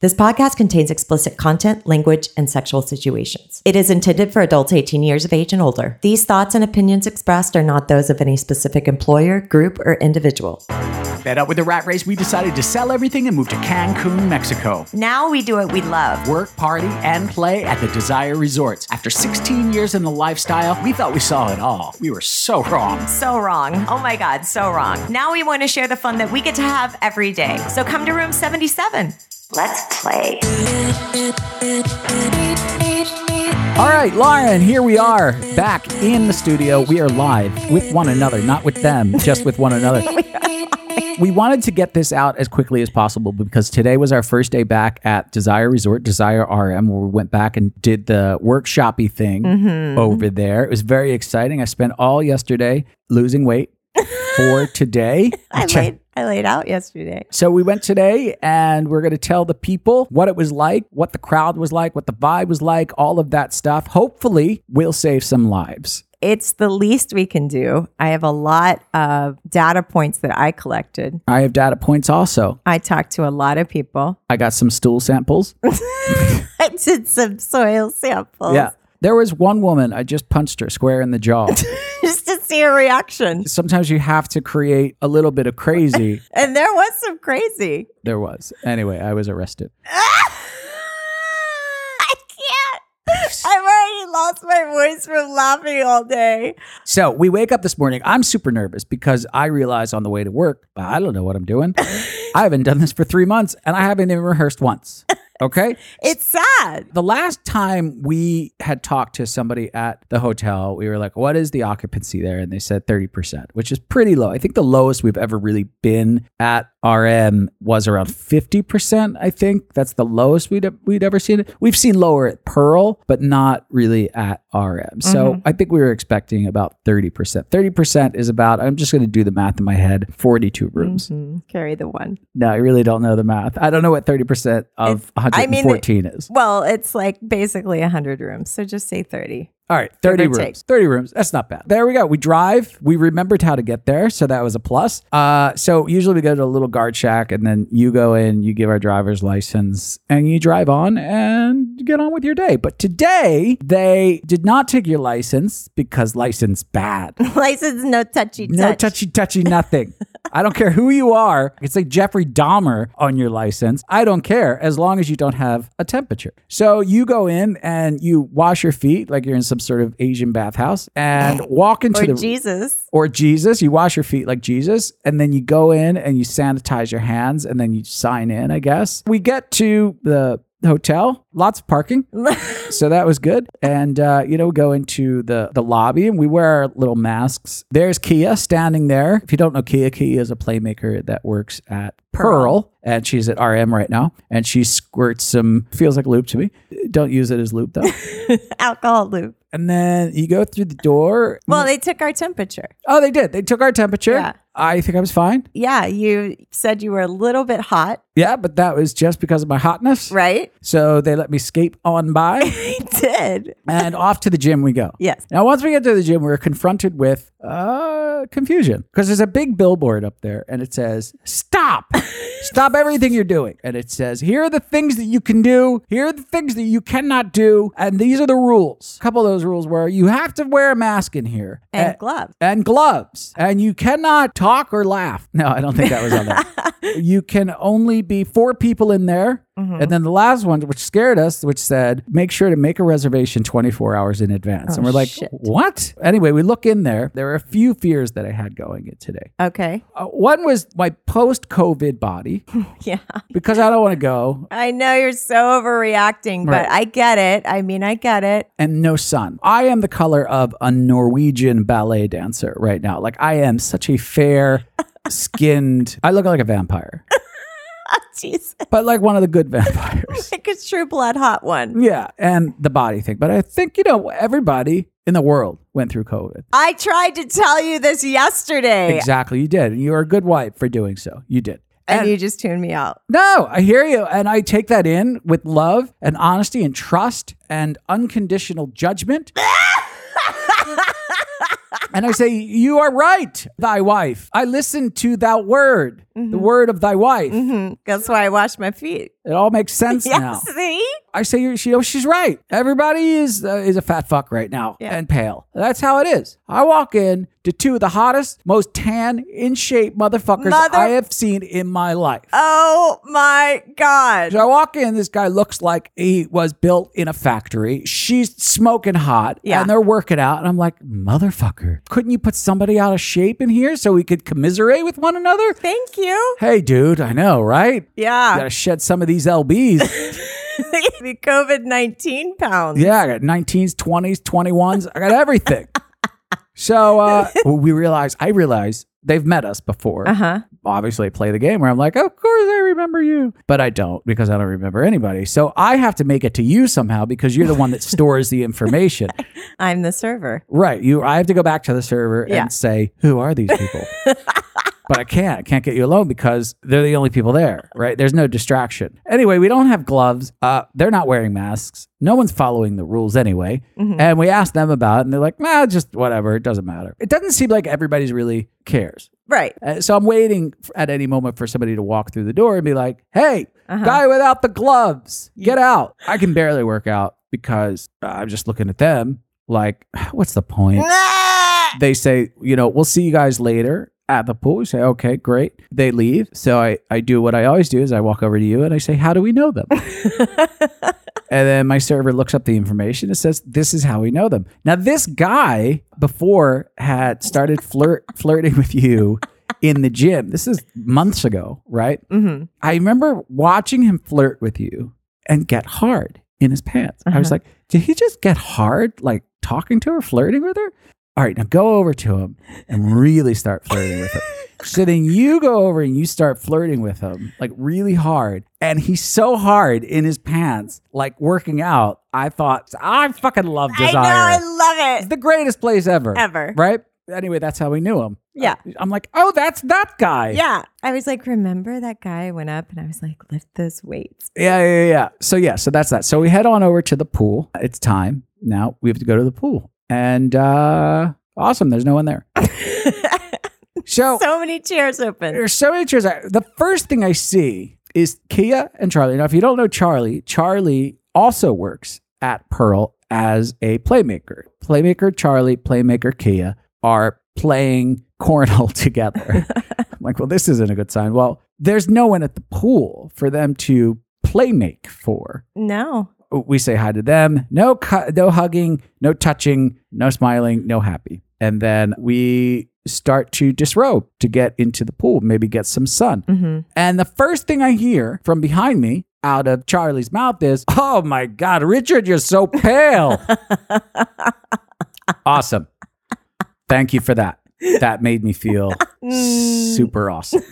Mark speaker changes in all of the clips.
Speaker 1: This podcast contains explicit content, language, and sexual situations. It is intended for adults 18 years of age and older. These thoughts and opinions expressed are not those of any specific employer, group, or individual.
Speaker 2: Fed up with the rat race, we decided to sell everything and move to Cancun, Mexico.
Speaker 1: Now we do what we love.
Speaker 2: Work, party, and play at the Desire Resorts. After 16 years in the lifestyle, we thought we saw it all. We were so wrong.
Speaker 1: So wrong. Oh my God, so wrong. Now we want to share the fun that we get to have every day. So come to room 77.
Speaker 3: Let's play.
Speaker 2: All right, Lauren, here we are back in the studio. We are live with one another, not with them, just with one another. We wanted to get this out as quickly as possible because today was our first day back at Desire Resort, Desire RM, where we went back and did the workshoppy thing over there. It was very exciting. I spent all yesterday losing weight for today.
Speaker 1: I
Speaker 2: Check-
Speaker 1: laid, I laid out yesterday.
Speaker 2: so we went today and we're going to tell the people what it was like, what the crowd was like, what the vibe was like, all of that stuff. Hopefully, we'll save some lives.
Speaker 1: It's the least we can do. I have a lot of data points that I collected.
Speaker 2: I have data points also.
Speaker 1: I talked to a lot of people.
Speaker 2: I got some stool samples.
Speaker 1: I did some soil samples
Speaker 2: yeah. There was one woman, I just punched her square in the jaw.
Speaker 1: just to see a reaction.
Speaker 2: Sometimes you have to create a little bit of crazy.
Speaker 1: And there was some crazy.
Speaker 2: There was. Anyway, I was arrested.
Speaker 1: I can't. I've already lost my voice from laughing all day.
Speaker 2: So we wake up this morning. I'm super nervous because I realize on the way to work, I don't know what I'm doing. I haven't done this for three months and I haven't even rehearsed once. Okay.
Speaker 1: It's sad.
Speaker 2: The last time we had talked to somebody at the hotel, we were like, what is the occupancy there? And they said 30%, which is pretty low. I think the lowest we've ever really been at RM was around 50%, I think. That's the lowest we'd, we'd ever seen it. We've seen lower at Pearl, but not really at RM. So
Speaker 1: Mm-hmm.
Speaker 2: I think we were expecting about 30%. 30% is about, I'm just going to do the math in my head, 42 rooms.
Speaker 1: Mm-hmm. Mm, Carry the one.
Speaker 2: No, I really don't know the math. I don't know what 30% of
Speaker 1: I mean,
Speaker 2: 114 is.
Speaker 1: Well, it's like basically 100 rooms. So just say 30.
Speaker 2: All right, 30
Speaker 1: or
Speaker 2: rooms.
Speaker 1: take.
Speaker 2: 30 rooms. That's not bad. There we go. We drive. We remembered how to get there. So that was a plus. Uh, so usually we go to a little guard shack and then you go in, you give our driver's license, and you drive on and get on with your day. But today, they did not take your license because license bad.
Speaker 1: License, no touchy
Speaker 2: No
Speaker 1: touch.
Speaker 2: touchy touchy nothing. I don't care who you are. It's like Jeffrey Dahmer on your license. I don't care as long as you don't have a temperature. So you go in and you wash your feet like you're in some sort of Asian bathhouse and walk into
Speaker 1: Or
Speaker 2: the
Speaker 1: Jesus.
Speaker 2: or Jesus. You wash your feet like Jesus, and then you go in and you sanitize your hands, and then you sign in. I guess we get to the hotel. Lots of parking, so that was good. And uh, you know, we go into the the lobby, and we wear our little masks. There's Kia standing there. If you don't know Kia, Kia is a playmaker that works at Pearl. And she's at RM right now, and she squirts some feels like lube to me. Don't use it as lube though.
Speaker 1: Alcohol loop.
Speaker 2: and then you go through the door.
Speaker 1: Well, they took our temperature.
Speaker 2: Oh, they did. They took our temperature.
Speaker 1: Yeah.
Speaker 2: I think I was fine.
Speaker 1: Yeah, you said you were a little bit hot,
Speaker 2: Yeah, but that was just because of my hotness.
Speaker 1: right?
Speaker 2: So they let me skate on by
Speaker 1: I did.
Speaker 2: and off to the gym we go.
Speaker 1: Yes.
Speaker 2: Now, once we get to the gym, we're confronted with uh, confusion because there's a big billboard up there and it says, Stop, stop everything you're doing. And it says, Here are the things that you can do, here are the things that you cannot do, and these are the rules. A couple of those rules were you have to wear a mask in here
Speaker 1: And
Speaker 2: Eh,
Speaker 1: gloves.
Speaker 2: and gloves. And you cannot talk or laugh. No, I don't think that was on there. you can only be four people in there. And then the last one, which scared us, which said, make sure to make a reservation 24 hours in advance. and we're like,
Speaker 1: shit.
Speaker 2: what? Anyway, we look in there. There are a few fears that I had going in today.
Speaker 1: Okay.
Speaker 2: Uh, one was my post COVID body
Speaker 1: Yeah.
Speaker 2: because I don't want to go
Speaker 1: I know you're so overreacting,
Speaker 2: Right.
Speaker 1: but I get it. I mean, I get it.
Speaker 2: and no sun. I am the color of a Norwegian ballet dancer right now. Like, I am such a fair skinned, I look like a vampire.
Speaker 1: Jesus.
Speaker 2: but like one of the good vampires.
Speaker 1: Like a true blood hot one.
Speaker 2: yeah, and the body thing. But I think, you know, everybody in the world went through COVID.
Speaker 1: I tried to tell you this yesterday
Speaker 2: Exactly, you did. And you are a good wife for doing so. You did.
Speaker 1: and you just tuned me out.
Speaker 2: No, I hear you. And I take that in with love and honesty and trust and unconditional judgment. And I say, You are right, thy wife. I listened to thou word, the word of thy wife.
Speaker 1: Mm-hmm. That's why I wash my feet.
Speaker 2: It all makes sense
Speaker 1: Yeah,
Speaker 2: now.
Speaker 1: see?
Speaker 2: I say "You're- she, oh, she's right. Everybody is uh, is a fat fuck right now
Speaker 1: Yeah.
Speaker 2: and pale. That's how it is. I walk in to two of the hottest, most tan, in shape motherfuckers
Speaker 1: Mother-
Speaker 2: I have seen in my life.
Speaker 1: Oh my God.
Speaker 2: So I walk in, this guy looks like he was built in a factory. She's smoking hot,
Speaker 1: Yeah.
Speaker 2: and they're working out. And I'm like, motherfucker, couldn't you put somebody out of shape in here so we could commiserate with one another?
Speaker 1: Thank you.
Speaker 2: Hey, dude, I know, right?
Speaker 1: Yeah.
Speaker 2: Gotta shed some of these LBs.
Speaker 1: the COVID 19 pounds.
Speaker 2: Yeah, I got 19s, 20s, 21s. I got everything. so uh, we realize, I realize they've met us before.
Speaker 1: Uh huh.
Speaker 2: Obviously, I play the game where I'm like, of course I remember you. But I don't because I don't remember anybody. So I have to make it to you somehow because you're the one that stores the information.
Speaker 1: I'm the server.
Speaker 2: Right. You I have to go back to the server
Speaker 1: Yeah.
Speaker 2: and say, Who are these people? but I can't. I can't get you alone because they're the only people there, right? There's no distraction. Anyway, we don't have gloves. Uh, they're not wearing masks. No one's following the rules anyway.
Speaker 1: Mm-hmm.
Speaker 2: And we asked them about it and they're like, nah, just whatever. It doesn't matter. It doesn't seem like everybody's really cares.
Speaker 1: Right.
Speaker 2: Uh, so I'm waiting f- at any moment for somebody to walk through the door and be like, "Hey,
Speaker 1: Uh-huh.
Speaker 2: guy without the gloves, get out!" I can barely work out because I'm just looking at them like, "What's the point?"
Speaker 1: Ah!
Speaker 2: They say, "You know, we'll see you guys later." At the pool, we say, okay, great. They leave. So I, I do what I always do is I walk over to you and I say, how do we know them? And then my server looks up the information. It says, "This is how we know them." Now, this guy before had started flirt flirting with you in the gym. This is months ago, right?
Speaker 1: Mhm.
Speaker 2: I remember watching him flirt with you and get hard in his pants. I
Speaker 1: Uh-huh.
Speaker 2: was like, "Did he just get hard, like talking to her, flirting with her?" All right, now go over to him and really start flirting with him. So then you go over and you start flirting with him like really hard. And he's so hard in his pants, like working out. I thought, I fucking love
Speaker 1: I know. I
Speaker 2: Desire.
Speaker 1: love
Speaker 2: It's
Speaker 1: it.
Speaker 2: the greatest place ever.
Speaker 1: Ever.
Speaker 2: Right? Anyway, that's how we knew him.
Speaker 1: Yeah.
Speaker 2: I'm like, oh, that's that guy.
Speaker 1: Yeah. I was like, remember that guy I went up and I was like, lift those weights.
Speaker 2: Yeah, yeah, yeah. So yeah, so that's that. So we head on over to the pool. It's time. Now we have to go to the pool. And uh awesome, there's no one there. So,
Speaker 1: So many chairs open.
Speaker 2: There's so many chairs. I- The first thing I see is Kia and Charlie. Now, if you don't know Charlie, Charlie also works at Pearl as a playmaker. Playmaker Charlie, playmaker Kia are playing cornhole together. I'm like, well, this isn't a good sign. Well, there's no one at the pool for them to playmake for.
Speaker 1: No.
Speaker 2: We say hi to them. No, cu- no hugging, no touching, no smiling, no happy. And then we start to disrobe to get into the pool, maybe get some sun.
Speaker 1: Mm-hmm.
Speaker 2: And the first thing I hear from behind me out of Charlie's mouth is, Oh my God, Richard, you're so pale. awesome. Thank you for that. That made me feel super awesome.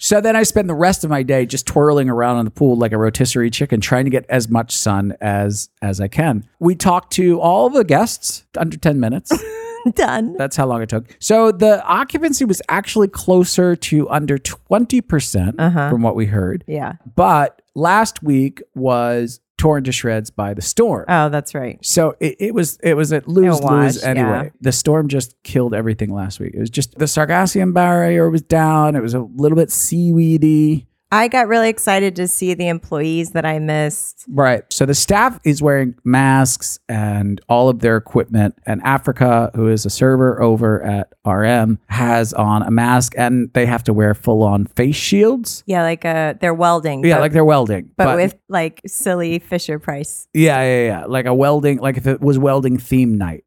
Speaker 2: So then I spend the rest of my day just twirling around in the pool like a rotisserie chicken, trying to get as much sun as as I can. We talked to all the guests under 10 minutes.
Speaker 1: Done.
Speaker 2: That's how long it took. So the occupancy was actually closer to under 20%
Speaker 1: Uh-huh.
Speaker 2: from what we heard.
Speaker 1: Yeah.
Speaker 2: But last week was torn to shreds by the storm.
Speaker 1: Oh, that's right.
Speaker 2: so it, it was it was at lose
Speaker 1: It was,
Speaker 2: lose
Speaker 1: yeah.
Speaker 2: anyway. The storm just killed everything last week. It was just the Sargassum barrier was down. It was a little bit seaweedy.
Speaker 1: I got really excited to see the employees that I missed.
Speaker 2: Right. So the staff is wearing masks and all of their equipment. And Africa, who is a server over at RM, has on a mask and they have to wear full on face shields.
Speaker 1: Yeah, like uh they're welding.
Speaker 2: Yeah,
Speaker 1: but,
Speaker 2: like they're welding.
Speaker 1: but with like silly Fisher Price.
Speaker 2: Yeah, yeah, yeah. Like a welding, like if it was welding theme night,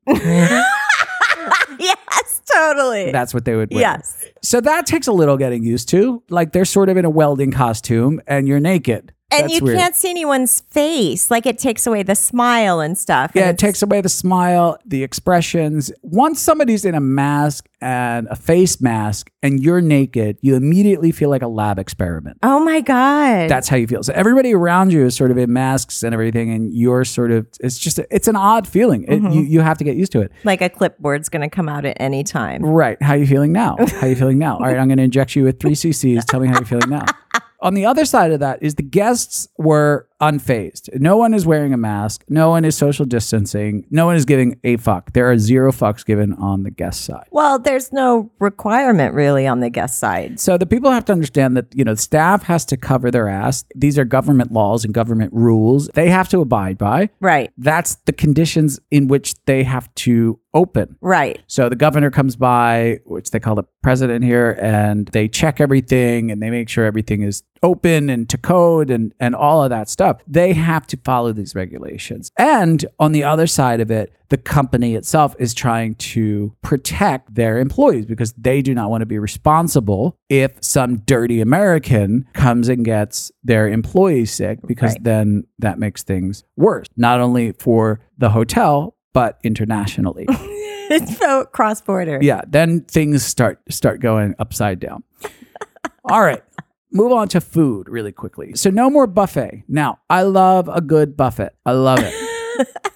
Speaker 1: yes, totally.
Speaker 2: that's what they would wear.
Speaker 1: yes.
Speaker 2: So that takes a little getting used to. Like they're sort of in a welding costume and you're naked.
Speaker 1: And
Speaker 2: That's
Speaker 1: you
Speaker 2: weird.
Speaker 1: can't see anyone's face. Like it takes away the smile and stuff.
Speaker 2: Yeah,
Speaker 1: And
Speaker 2: it takes away the smile, the expressions. Once somebody's in a mask and a face mask and you're naked, you immediately feel like a lab experiment.
Speaker 1: Oh my God.
Speaker 2: That's how you feel. So everybody around you is sort of in masks and everything, and you're sort of, it's just, it's an odd feeling. It, you, you have to get used to it.
Speaker 1: like a clipboard's going to come out at any time.
Speaker 2: Right. How you feeling now? How you feeling now? All right, I'm going to inject you with three cc's. Tell me how you're feeling now. On the other side of that is the guests were unfazed. No one is wearing a mask. No one is social distancing. No one is giving a fuck. There are zero fucks given on the guest side.
Speaker 1: Well, there's no requirement really on the guest side.
Speaker 2: So the people have to understand that, you know, staff has to cover their ass. These are government laws and government rules they have to abide by.
Speaker 1: Right,
Speaker 2: That's the conditions in which they have to open.
Speaker 1: right.
Speaker 2: So the governor comes by, which they call the president here, and they check everything and they make sure everything is open and to code and, and all of that stuff. They have to follow these regulations. And on the other side of it, the company itself is trying to protect their employees because they do not want to be responsible if some dirty American comes and gets their employees sick because
Speaker 1: Right.
Speaker 2: then that makes things worse, not only for the hotel, but internationally.
Speaker 1: It's so cross border.
Speaker 2: Yeah, then things start start going upside down. All right. Move on to food really quickly. So no more buffet. Now, I love a good buffet. I love it.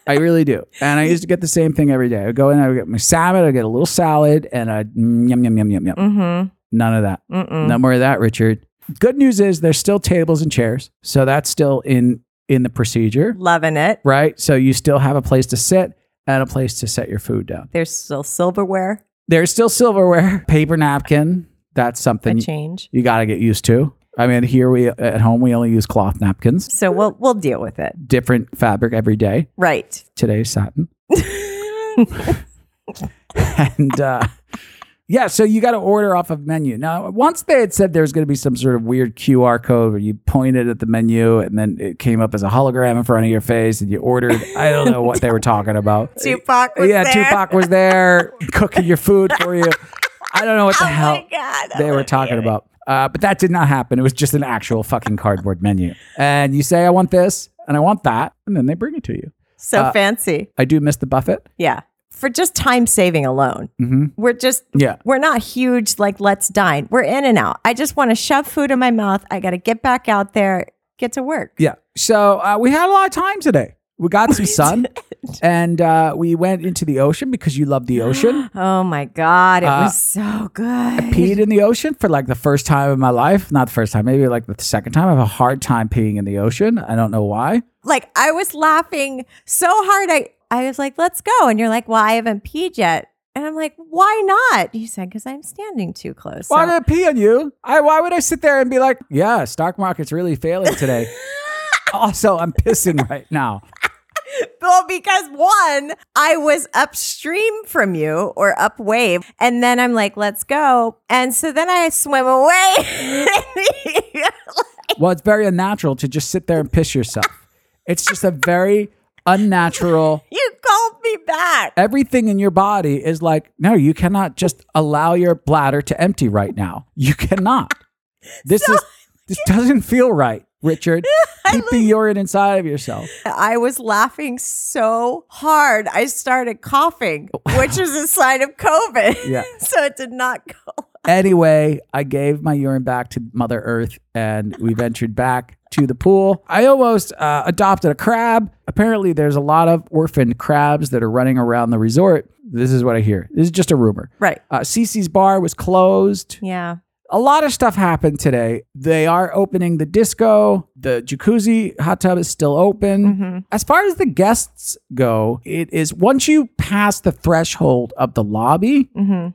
Speaker 2: I really do. And I used to get the same thing every day. I would go in, I would get my salmon, I would get a little salad, and I yum yum yum yum yum.
Speaker 1: Mm-hmm.
Speaker 2: None of that.
Speaker 1: Mm-mm.
Speaker 2: No more of that, Richard. Good news is there's still tables and chairs. So that's still in in the procedure,
Speaker 1: Loving it.
Speaker 2: right? So you still have a place to sit and a place to set your food down.
Speaker 1: There's still silverware.
Speaker 2: There's still silverware, paper napkin. That's
Speaker 1: A
Speaker 2: something you,
Speaker 1: change.
Speaker 2: got to get used to. I mean, here we at home we only use cloth napkins,
Speaker 1: So we'll we'll deal with it.
Speaker 2: different fabric every day.
Speaker 1: Right.
Speaker 2: Today's satin, and uh, yeah, so you got to order off of menu. Now, once they had said there was going to be some sort of weird QR code where you pointed at the menu and then it came up as a hologram in front of your face and you ordered. I don't know what they were talking about.
Speaker 1: Tupac was
Speaker 2: yeah,
Speaker 1: there.
Speaker 2: Tupac was there cooking your food for you. I don't know what the
Speaker 1: Oh
Speaker 2: hell.
Speaker 1: my god. I
Speaker 2: they were
Speaker 1: love
Speaker 2: talking
Speaker 1: it.
Speaker 2: about. Uh, but that did not happen. It was just an actual fucking cardboard menu. And you say, I want this and I want that. And then they bring it to you.
Speaker 1: so fancy.
Speaker 2: I do miss the buffet.
Speaker 1: Yeah. For just time saving alone.
Speaker 2: Mm-hmm.
Speaker 1: We're just
Speaker 2: Yeah.
Speaker 1: we're not huge like let's dine. We're in and out. I just want to shove food in my mouth. I gotta get back out there, get to work.
Speaker 2: Yeah. So uh, we had a lot of time today. We got some sun and uh, we went into the ocean because you love the ocean.
Speaker 1: Oh my god, it
Speaker 2: Uh,
Speaker 1: was so good.
Speaker 2: Peed in the ocean for like the first time in my life. Not the first time, maybe like the second time. I have a hard time peeing in the ocean. I don't know why.
Speaker 1: like I was laughing so hard. I I was like, "Let's go," and you're like, "Well, I haven't peed yet," and I'm like, "Why not?" You said, "Because I'm standing too close."
Speaker 2: Why
Speaker 1: So-
Speaker 2: did I pee on you? I, why would I sit there and be like, yeah, stock market's really failing today. also, I'm pissing right now.
Speaker 1: well, because one, I was upstream from you or upwave, and then I'm like, "Let's go," and so then I swim away.
Speaker 2: Well, it's very unnatural to just sit there and piss yourself. It's just a very unnatural.
Speaker 1: you called me back.
Speaker 2: Everything in your body is like, no, you cannot just allow your bladder to empty right now. You cannot. This is this doesn't feel right, Richard. Keep the urine inside of yourself.
Speaker 1: I was laughing so hard, I started coughing, which is a sign of COVID.
Speaker 2: Yeah.
Speaker 1: so it did not go.
Speaker 2: Anyway, I gave my urine back to Mother Earth and we ventured back to the pool. I almost uh, adopted a crab. Apparently, there's a lot of orphaned crabs that are running around the resort. This is what I hear. This is just a rumor.
Speaker 1: Right.
Speaker 2: Uh, Cece's bar was closed.
Speaker 1: Yeah.
Speaker 2: A lot of stuff happened today. They are opening the disco. The jacuzzi hot tub is still open. As far as the guests go, it is once you pass the threshold of the lobby,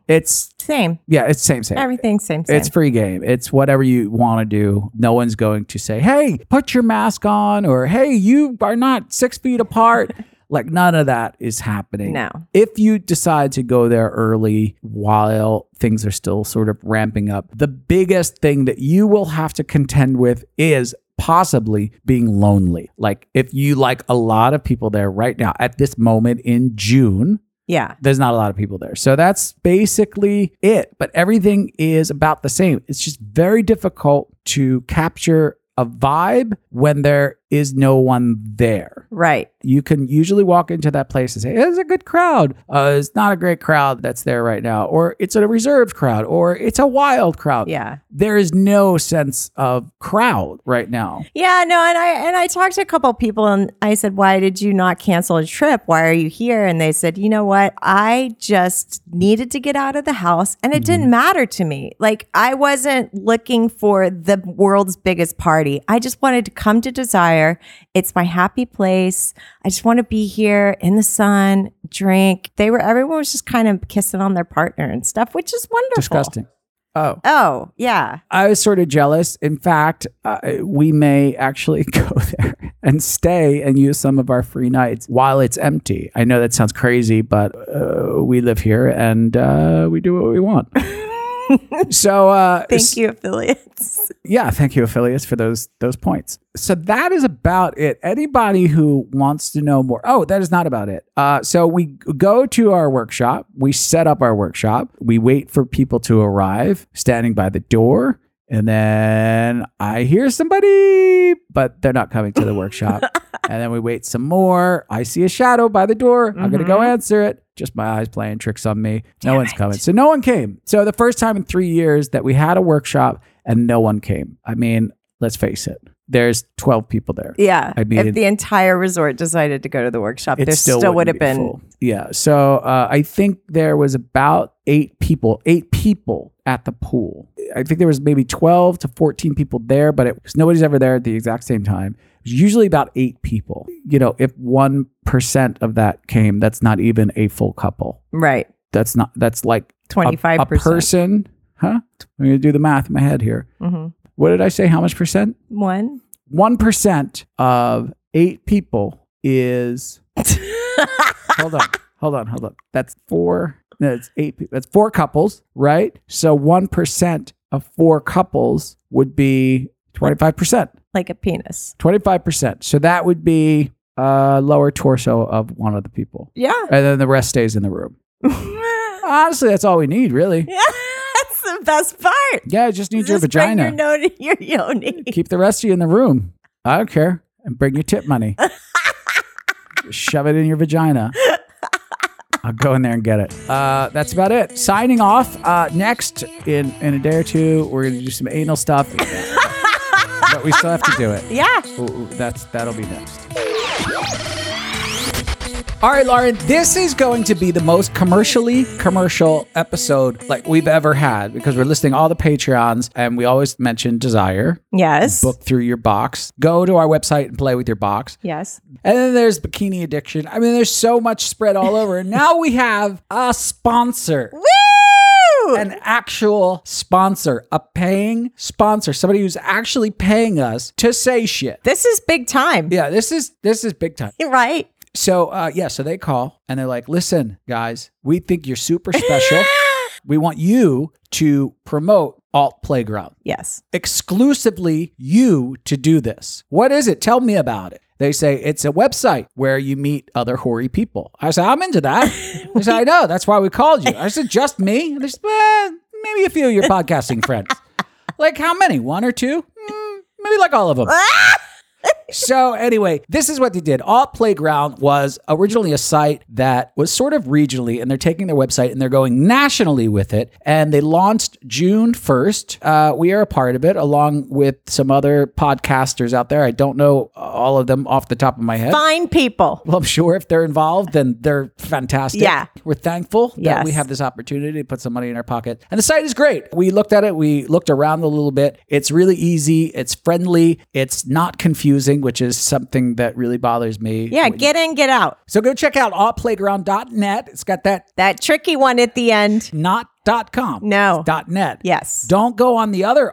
Speaker 2: it's
Speaker 1: Same.
Speaker 2: yeah, it's same same.
Speaker 1: Everything same. same.
Speaker 2: It's free game. It's whatever you want to do. No one's going to say, hey, put your mask on or hey, you are not six feet apart. like none of that is happening.
Speaker 1: No.
Speaker 2: If you decide to go there early while things are still sort of ramping up, the biggest thing that you will have to contend with is possibly being lonely. Like if you like a lot of people there right now at this moment in June,
Speaker 1: yeah.
Speaker 2: there's not a lot of people there. So that's basically it. But everything is about the same. It's just very difficult to capture a vibe when there is no one there.
Speaker 1: Right.
Speaker 2: You can usually walk into that place and say, it's a good crowd. Uh, it's not a great crowd that's there right now. Or it's a reserved crowd. Or it's a wild crowd.
Speaker 1: Yeah.
Speaker 2: There is no sense of crowd right now.
Speaker 1: Yeah. No. And I and I talked to a couple people and I said, "Why did you not cancel a trip? Why are you here?" And they said, "You know what? I just needed to get out of the house, and it didn't matter to me. Like I wasn't looking for the world's biggest party. I just wanted to come to Desire desire. It's my happy place. I just want to be here in the sun, drink. They were, everyone was just kind of kissing on their partner and stuff, which is wonderful.
Speaker 2: Disgusting. Oh,
Speaker 1: Oh, yeah.
Speaker 2: I was sort of jealous. In fact, uh, we may actually go there and stay and use some of our free nights while it's empty. I know that sounds crazy, but uh, we live here and uh, we do what we want. so, uh,
Speaker 1: Thank you, affiliates.
Speaker 2: yeah, thank you, affiliates, for those those points. So that is about it. Anybody who wants to know more, oh, that is not about it. Uh, so we go to our workshop. We set up our workshop. We wait for people to arrive, standing by the door, and then I hear somebody, but they're not coming to the workshop. And then we wait some more. I see a shadow by the door. I'm gonna go answer it. Just my eyes playing tricks on me. No one's coming. So no one came. So the first time in three years that we had a workshop and no one came. I mean, let's face it. There's 12 people there.
Speaker 1: Yeah.
Speaker 2: I mean,
Speaker 1: if the entire resort decided to go to the workshop,
Speaker 2: It
Speaker 1: there still, would have
Speaker 2: wouldn't be
Speaker 1: been.
Speaker 2: full. Yeah. So uh, I think there was about eight people, eight people at the pool. I think there was maybe 12 to 14 people there, but it, 'cause nobody's ever there at the exact same time. It was usually about eight people. You know, if 1% of that came, that's not even a full couple.
Speaker 1: Right.
Speaker 2: That's not, that's like a-
Speaker 1: 25%.
Speaker 2: A, person. Huh? I'm going to do the math in my head here.
Speaker 1: Mhm.
Speaker 2: What did I say? How much percent?
Speaker 1: One.
Speaker 2: 1% of eight people is hold on hold on hold on that's four no, that's eight people that's four couples right so 1% of four couples would be 25%
Speaker 1: like a penis.
Speaker 2: 25% so that would be uh lower torso of one of the people
Speaker 1: Yeah.
Speaker 2: and then the rest stays in the room
Speaker 1: That's
Speaker 2: honestly that's all we need really
Speaker 1: the best part.
Speaker 2: yeah I just need your
Speaker 1: Just bring
Speaker 2: vagina
Speaker 1: Your, no- your yoni.
Speaker 2: keep the rest of you in the room. I don't care. And bring your tip money. Shove it in your vagina. I'll go in there and get it. Uh, that's about it. Signing off. Uh, next, in, in a day or two, we're going to do some anal stuff. but we still have to do it.
Speaker 1: Yeah.
Speaker 2: Ooh, ooh, that's that'll be next. All right, Lauren, this is going to be the most commercially commercial episode like we've ever had because we're listing all the Patreons and we always mention Desire
Speaker 1: Yes.
Speaker 2: book through your box. Go to our website and play with your box.
Speaker 1: Yes.
Speaker 2: And then there's bikini addiction. I mean, there's so much spread all over. And now we have a sponsor.
Speaker 1: Woo!
Speaker 2: An actual sponsor, a paying sponsor, somebody who's actually paying us to say shit.
Speaker 1: this is big time.
Speaker 2: Yeah, this is this is big time.
Speaker 1: Right.
Speaker 2: So uh, yeah, so they call and they're like, "Listen, guys, we think you're super special. we want you to promote Alt Playground."
Speaker 1: Yes.
Speaker 2: exclusively you to do this. What is it? Tell me about it. They say it's a website where you meet other hoary people. I said, I'm into that. They said, I know. That's why we called you. I said, just me? And they said, well, maybe a few of your podcasting friends. Like how many? One or two? Mm, maybe like all of them. So anyway, this is what they did. All Playground was originally a site that was sort of regionally, and they're taking their website and they're going nationally with it. And they launched June first. Uh, we are a part of it, along with some other podcasters out there. I don't know all of them off the top of my head.
Speaker 1: Fine people.
Speaker 2: Well, I'm sure if they're involved, then they're fantastic.
Speaker 1: Yeah.
Speaker 2: We're thankful that
Speaker 1: Yes.
Speaker 2: we have this opportunity to put some money in our pocket. And the site is great. We looked at it, we looked around a little bit. It's really easy, it's friendly, it's not confusing, which is something that really bothers me.
Speaker 1: Yeah. Get in, get out.
Speaker 2: So go check out allplayground.net. It's got that
Speaker 1: That tricky one at the end.
Speaker 2: not dot com.
Speaker 1: No.
Speaker 2: It's dot net.
Speaker 1: Yes.
Speaker 2: Don't go on the other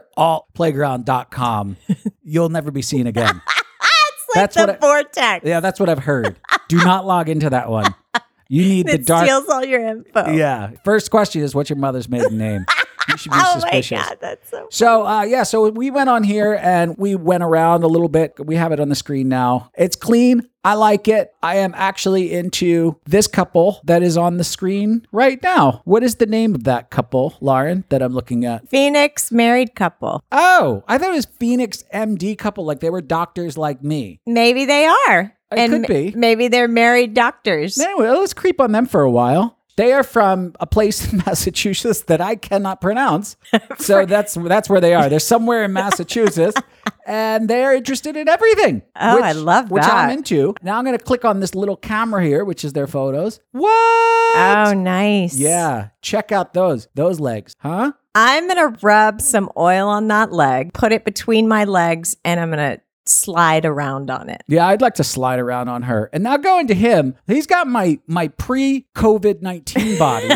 Speaker 2: altplayground.com. You'll never be seen again.
Speaker 1: Like
Speaker 2: That's what
Speaker 1: the
Speaker 2: I-
Speaker 1: vortex.
Speaker 2: Yeah, that's what I've heard. Do not log into that one. You need the
Speaker 1: It
Speaker 2: dark.
Speaker 1: steals all your info.
Speaker 2: Yeah. First question is what's your mother's maiden name? You should be
Speaker 1: Oh my
Speaker 2: suspicious.
Speaker 1: god, that's so
Speaker 2: So uh, yeah, so we went on here and we went around a little bit. We have it on the screen now. It's clean. I like it. I am actually into this couple that is on the screen right now. What is the name of that couple, Lauren, that I'm looking at?
Speaker 1: Phoenix married couple.
Speaker 2: Oh, I thought it was Phoenix MD couple, like they were doctors like me.
Speaker 1: Maybe they are.
Speaker 2: It
Speaker 1: and
Speaker 2: could
Speaker 1: m-
Speaker 2: be.
Speaker 1: Maybe they're married doctors.
Speaker 2: Anyway, let's creep on them for a while. They are from a place in Massachusetts that I cannot pronounce. So that's that's where they are. They're somewhere in Massachusetts and they're interested in everything.
Speaker 1: Oh, I love
Speaker 2: Which I'm
Speaker 1: that.
Speaker 2: into. Now I'm going to click on this little camera here, which is their photos. What?
Speaker 1: Oh, nice.
Speaker 2: Yeah, check out those those legs, huh?
Speaker 1: I'm going to rub some oil on that leg, put it between my legs, and I'm going to slide around on it.
Speaker 2: Yeah, I'd like to slide around on her. And now going to him, he's got my my pre-COVID nineteen body.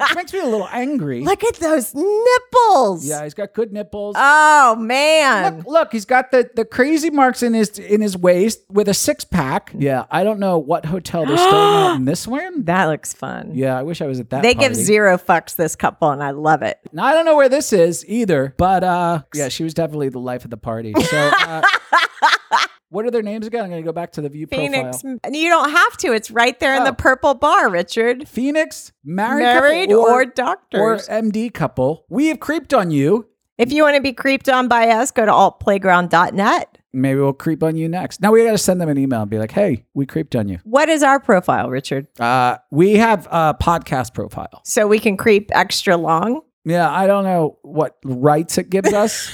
Speaker 2: Which makes me a little angry.
Speaker 1: Look at those nipples.
Speaker 2: yeah, he's got good nipples.
Speaker 1: Oh man.
Speaker 2: Look, look, he's got the, the crazy marks in his in his waist with a six pack. Yeah, I don't know what hotel they're staying at in this one.
Speaker 1: That looks fun.
Speaker 2: Yeah, I wish I was at that.
Speaker 1: They
Speaker 2: party.
Speaker 1: give zero fucks this couple and I love it.
Speaker 2: Now, I don't know where this is either, but uh, yeah, she was definitely the life of the party. So, uh, what are their names again? I'm going to go back to the view
Speaker 1: Phoenix
Speaker 2: profile.
Speaker 1: and you don't have to. It's right there in
Speaker 2: Oh.
Speaker 1: the purple bar, Richard.
Speaker 2: Phoenix, married,
Speaker 1: Married
Speaker 2: couple
Speaker 1: or,
Speaker 2: or
Speaker 1: doctors.
Speaker 2: MD couple. We have creeped on you.
Speaker 1: if you want to be creeped on by us, go to altplayground.net.
Speaker 2: Maybe we'll creep on you next. Now we got to send them an email and be like, "Hey, we creeped on you."
Speaker 1: What is our profile, Richard?
Speaker 2: Uh, we have a podcast profile.
Speaker 1: So we can creep extra long.
Speaker 2: Yeah, I don't know what rights it gives us.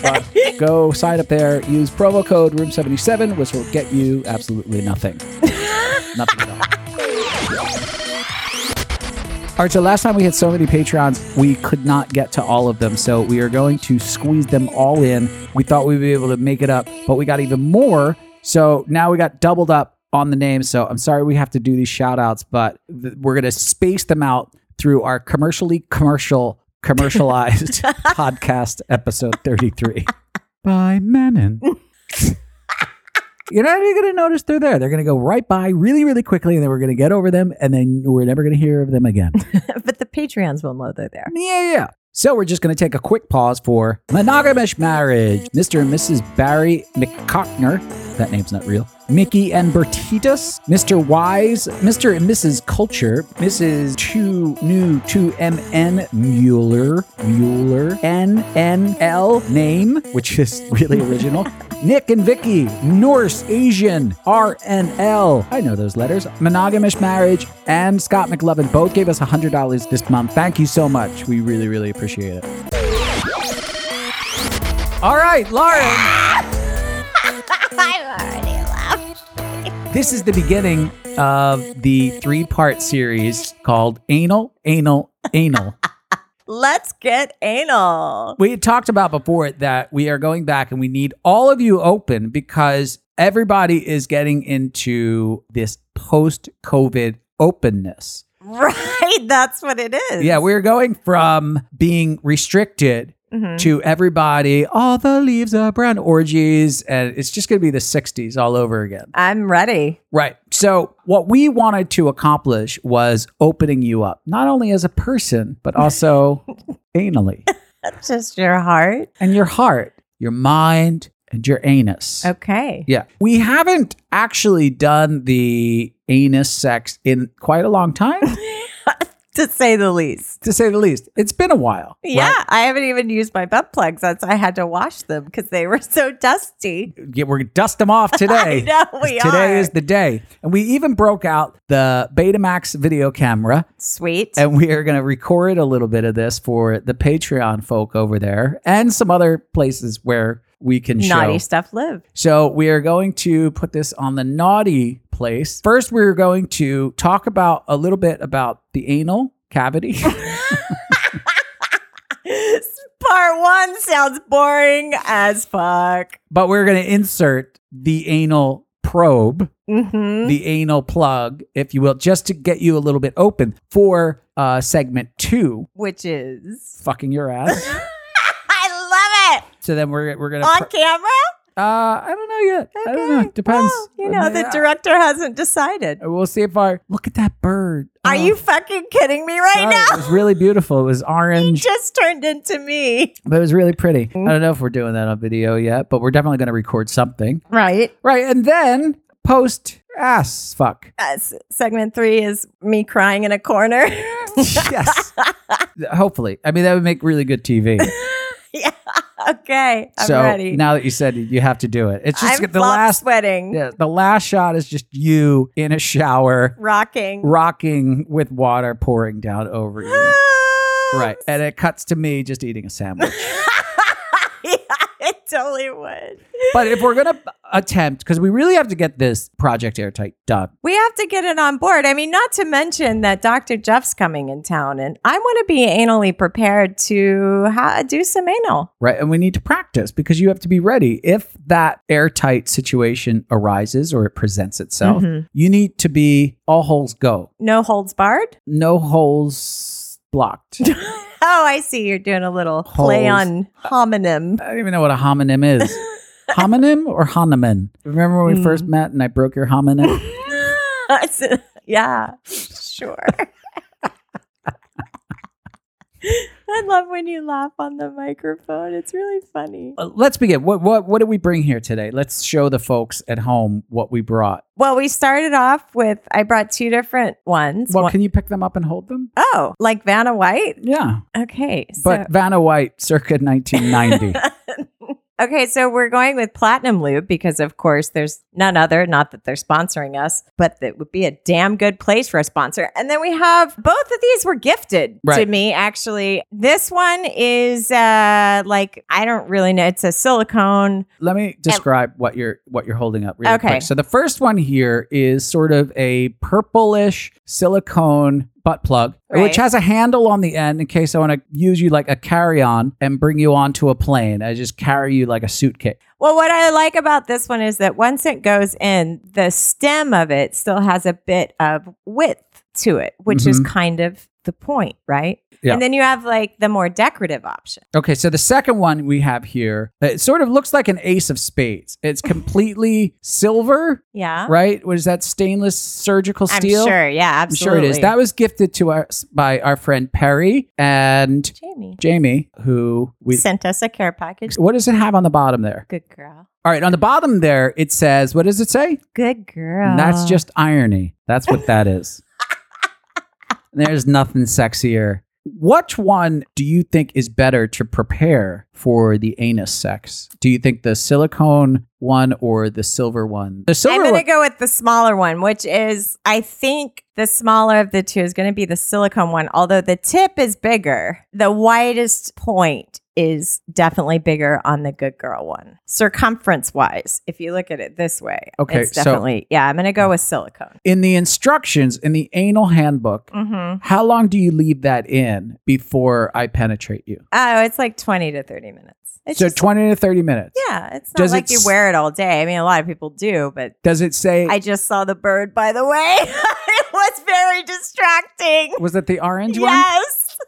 Speaker 2: but go sign up there. Use promo code Room Seventy Seven, which will get you absolutely nothing. nothing at all. All right, so last time we had so many Patreons, we could not get to all of them. So we are going to squeeze them all in. We thought we'd be able to make it up, but we got even more. So now we got doubled up on the names. So I'm sorry we have to do these shout outs, but th- we're going to space them out through our commercially commercial, commercialized podcast episode 33 by Menon. You're not even going to notice they're there. They're going to go right by really, really quickly, and then we're going to get over them, and then we're never going to hear of them again.
Speaker 1: but the Patreons will know they're there.
Speaker 2: Yeah, yeah. So we're just going to take a quick pause for monogamous marriage. Mr. and Mrs. Barry McCockner. That name's not real. Mickey and Bertitas. Mr. Wise. Mr. and Mrs. Culture. Mrs. Two New 2MN Mueller. Mueller. NNL name, which is really original. Nick and Vicky. Norse Asian. RNL. I know those letters. Monogamous marriage and Scott McLovin both gave us $100 this month. Thank you so much. We really, really appreciate it. All right, Lauren,
Speaker 3: I'm already laughing.
Speaker 2: this is the beginning of the three part series called Anal, Anal, Anal.
Speaker 1: Let's get anal.
Speaker 2: we had talked about before that we are going back and we need all of you open because everybody is getting into this post COVID openness.
Speaker 1: Right. That's what it is.
Speaker 2: Yeah, we're going from being restricted
Speaker 1: Mhm.
Speaker 2: to everybody, all the leaves are brown orgies, and it's just going to be the 60s all over again.
Speaker 1: I'm ready.
Speaker 2: Right. So, what we wanted to accomplish was opening you up, not only as a person, but also anally
Speaker 1: That's just your heart.
Speaker 2: and your heart, your mind, and your anus.
Speaker 1: Okay.
Speaker 2: Yeah. We haven't actually done the anus sex in quite a long time,
Speaker 1: To say the least.
Speaker 2: to say the least. It's been a while. right?
Speaker 1: Yeah. I haven't even used my butt plugs. That's I had to wash them because they were so dusty.
Speaker 2: Yeah, we're going to dust them off today.
Speaker 1: I know we are.
Speaker 2: Today is the day. And we even broke out the Betamax video camera
Speaker 1: sweet.
Speaker 2: and we are going to record a little bit of this for the Patreon folk over there and some other places where we can
Speaker 1: Naughty
Speaker 2: show.
Speaker 1: stuff live.
Speaker 2: So we are going to put this on the naughty place. First, we're going to talk about a little bit about the anal cavity.
Speaker 1: Part one sounds boring as fuck.
Speaker 2: but we're going to insert the anal probe,
Speaker 1: Mm-hmm.
Speaker 2: the anal plug, if you will, just to get you a little bit open for uh, segment two,
Speaker 1: Which is
Speaker 2: fucking your ass.
Speaker 1: I love
Speaker 2: so then we're we're
Speaker 1: it.
Speaker 2: gonna.
Speaker 1: On
Speaker 2: pr-
Speaker 1: camera?
Speaker 2: uh, I don't know yet. I don't know.
Speaker 1: Okay.
Speaker 2: Depends.
Speaker 1: Well, you know, the
Speaker 2: Yeah.
Speaker 1: director hasn't decided.
Speaker 2: We'll see if our look at that bird.
Speaker 1: Are
Speaker 2: Oh,
Speaker 1: you fucking kidding me right
Speaker 2: sorry. It
Speaker 1: now?
Speaker 2: was really beautiful. It was orange,
Speaker 1: Just turned into me.
Speaker 2: but it was really pretty.
Speaker 1: Mm-hmm.
Speaker 2: I don't know if we're doing that on video yet, but we're definitely going to record something.
Speaker 1: Right.
Speaker 2: Right, and then post ass fuck.
Speaker 1: Uh, s- segment three is me crying in a corner.
Speaker 2: yes. Hopefully. I mean, that would make really good TV.
Speaker 1: yeah. Okay. I'm
Speaker 2: so
Speaker 1: ready.
Speaker 2: now that you said it, you have to do it. It's just
Speaker 1: I'm
Speaker 2: the
Speaker 1: flop
Speaker 2: last
Speaker 1: sweating,
Speaker 2: yeah, the last shot is just you in a shower
Speaker 1: rocking.
Speaker 2: rocking with water pouring down over you.
Speaker 1: Ah!
Speaker 2: right. And it cuts to me just eating a sandwich.
Speaker 1: yeah, it totally would.
Speaker 2: but if we're going to attempt because we really have to get this project airtight done.
Speaker 1: We have to get it on board. I mean, not to mention that Dr. Jeff's coming in town, and I want to be anally prepared to ha- do some anal.
Speaker 2: Right. And we need to practice because you have to be ready. If that airtight situation arises or it presents
Speaker 1: Mm-hmm.
Speaker 2: itself, you need to be all holes go,
Speaker 1: No holds barred.
Speaker 2: no holes blocked.
Speaker 1: oh, I see. You're doing a little play
Speaker 2: Holes.
Speaker 1: on homonym.
Speaker 2: I don't even know what a homonym is. homonym or hononym? Remember when we
Speaker 1: Hmm.
Speaker 2: first met and I broke your homonym?
Speaker 1: yeah, sure. I love when you laugh on the microphone. It's really funny.
Speaker 2: Uh, Let's begin. What what what did we bring here today? Let's show the folks at home what we brought.
Speaker 1: Well, we started off with I brought two different ones.
Speaker 2: Well,
Speaker 1: One-
Speaker 2: can you pick them up and hold them?
Speaker 1: oh, like Vanna White.
Speaker 2: Yeah.
Speaker 1: Okay, so
Speaker 2: But Vanna White circa 1990.
Speaker 1: okay, so we're going with Platinum Lube because, of course, there's none other, not that they're sponsoring us, but that would be a damn good place for a sponsor. And then we have both of these were gifted to
Speaker 2: Right.
Speaker 1: me, actually. This one is uh like, I don't really know. It's a silicone.
Speaker 2: Let me describe what you're what you're holding up really
Speaker 1: Okay.
Speaker 2: quick. So the first one here is sort of a purplish silicone butt plug,
Speaker 1: Right.
Speaker 2: which has a handle on the end in case I want to use you like a carry-on and bring you onto a plane. I just carry you like a suitcase.
Speaker 1: Well, what I like about this one is that once it goes in, the stem of it still has a bit of width to it, which is kind of the point, right?
Speaker 2: Mm-hmm. Yeah.
Speaker 1: And then you have like the more decorative option.
Speaker 2: Okay, so the second one we have here, it sort of looks like an ace of spades. It's completely silver,
Speaker 1: Yeah.
Speaker 2: right? What is that stainless surgical steel?
Speaker 1: I'm sure. Yeah,
Speaker 2: I'm
Speaker 1: absolutely.
Speaker 2: sure it is. That was gifted to us by our friend Perry and
Speaker 1: Jamie
Speaker 2: Jamie, who we
Speaker 1: sent us a care package.
Speaker 2: What does it have on the bottom there?
Speaker 1: Good girl.
Speaker 2: All right, on the bottom there it says, what does it say?
Speaker 1: Good girl.
Speaker 2: That's just irony. That's what that is. There's nothing sexier. Which one do you think is better to prepare for the anus sex? Do you think the silicone one or the silver one? The
Speaker 1: I'm
Speaker 2: silver
Speaker 1: going to
Speaker 2: one.
Speaker 1: go with the smaller one, which is, I think, the smaller of the two is going to be the silicone one. Although the tip is bigger, the widest point is definitely bigger on the good girl one, circumference wise. If you look at it this way,
Speaker 2: Okay,
Speaker 1: it's
Speaker 2: so-
Speaker 1: definitely yeah. I'm going to go with silicone.
Speaker 2: in the instructions in the anal handbook,
Speaker 1: hmm
Speaker 2: how long do you leave that in before I penetrate you?
Speaker 1: Oh, it's like 20 to 30 minutes. It's
Speaker 2: so
Speaker 1: just-
Speaker 2: 20 to 30 minutes.
Speaker 1: Yeah, it's not
Speaker 2: Does
Speaker 1: like
Speaker 2: it
Speaker 1: you
Speaker 2: s-
Speaker 1: wear it all day. I mean, a lot of people do, but
Speaker 2: Does it say
Speaker 1: I just saw the bird, by the way. it was very distracting.
Speaker 2: was it the orange one?
Speaker 1: Yes,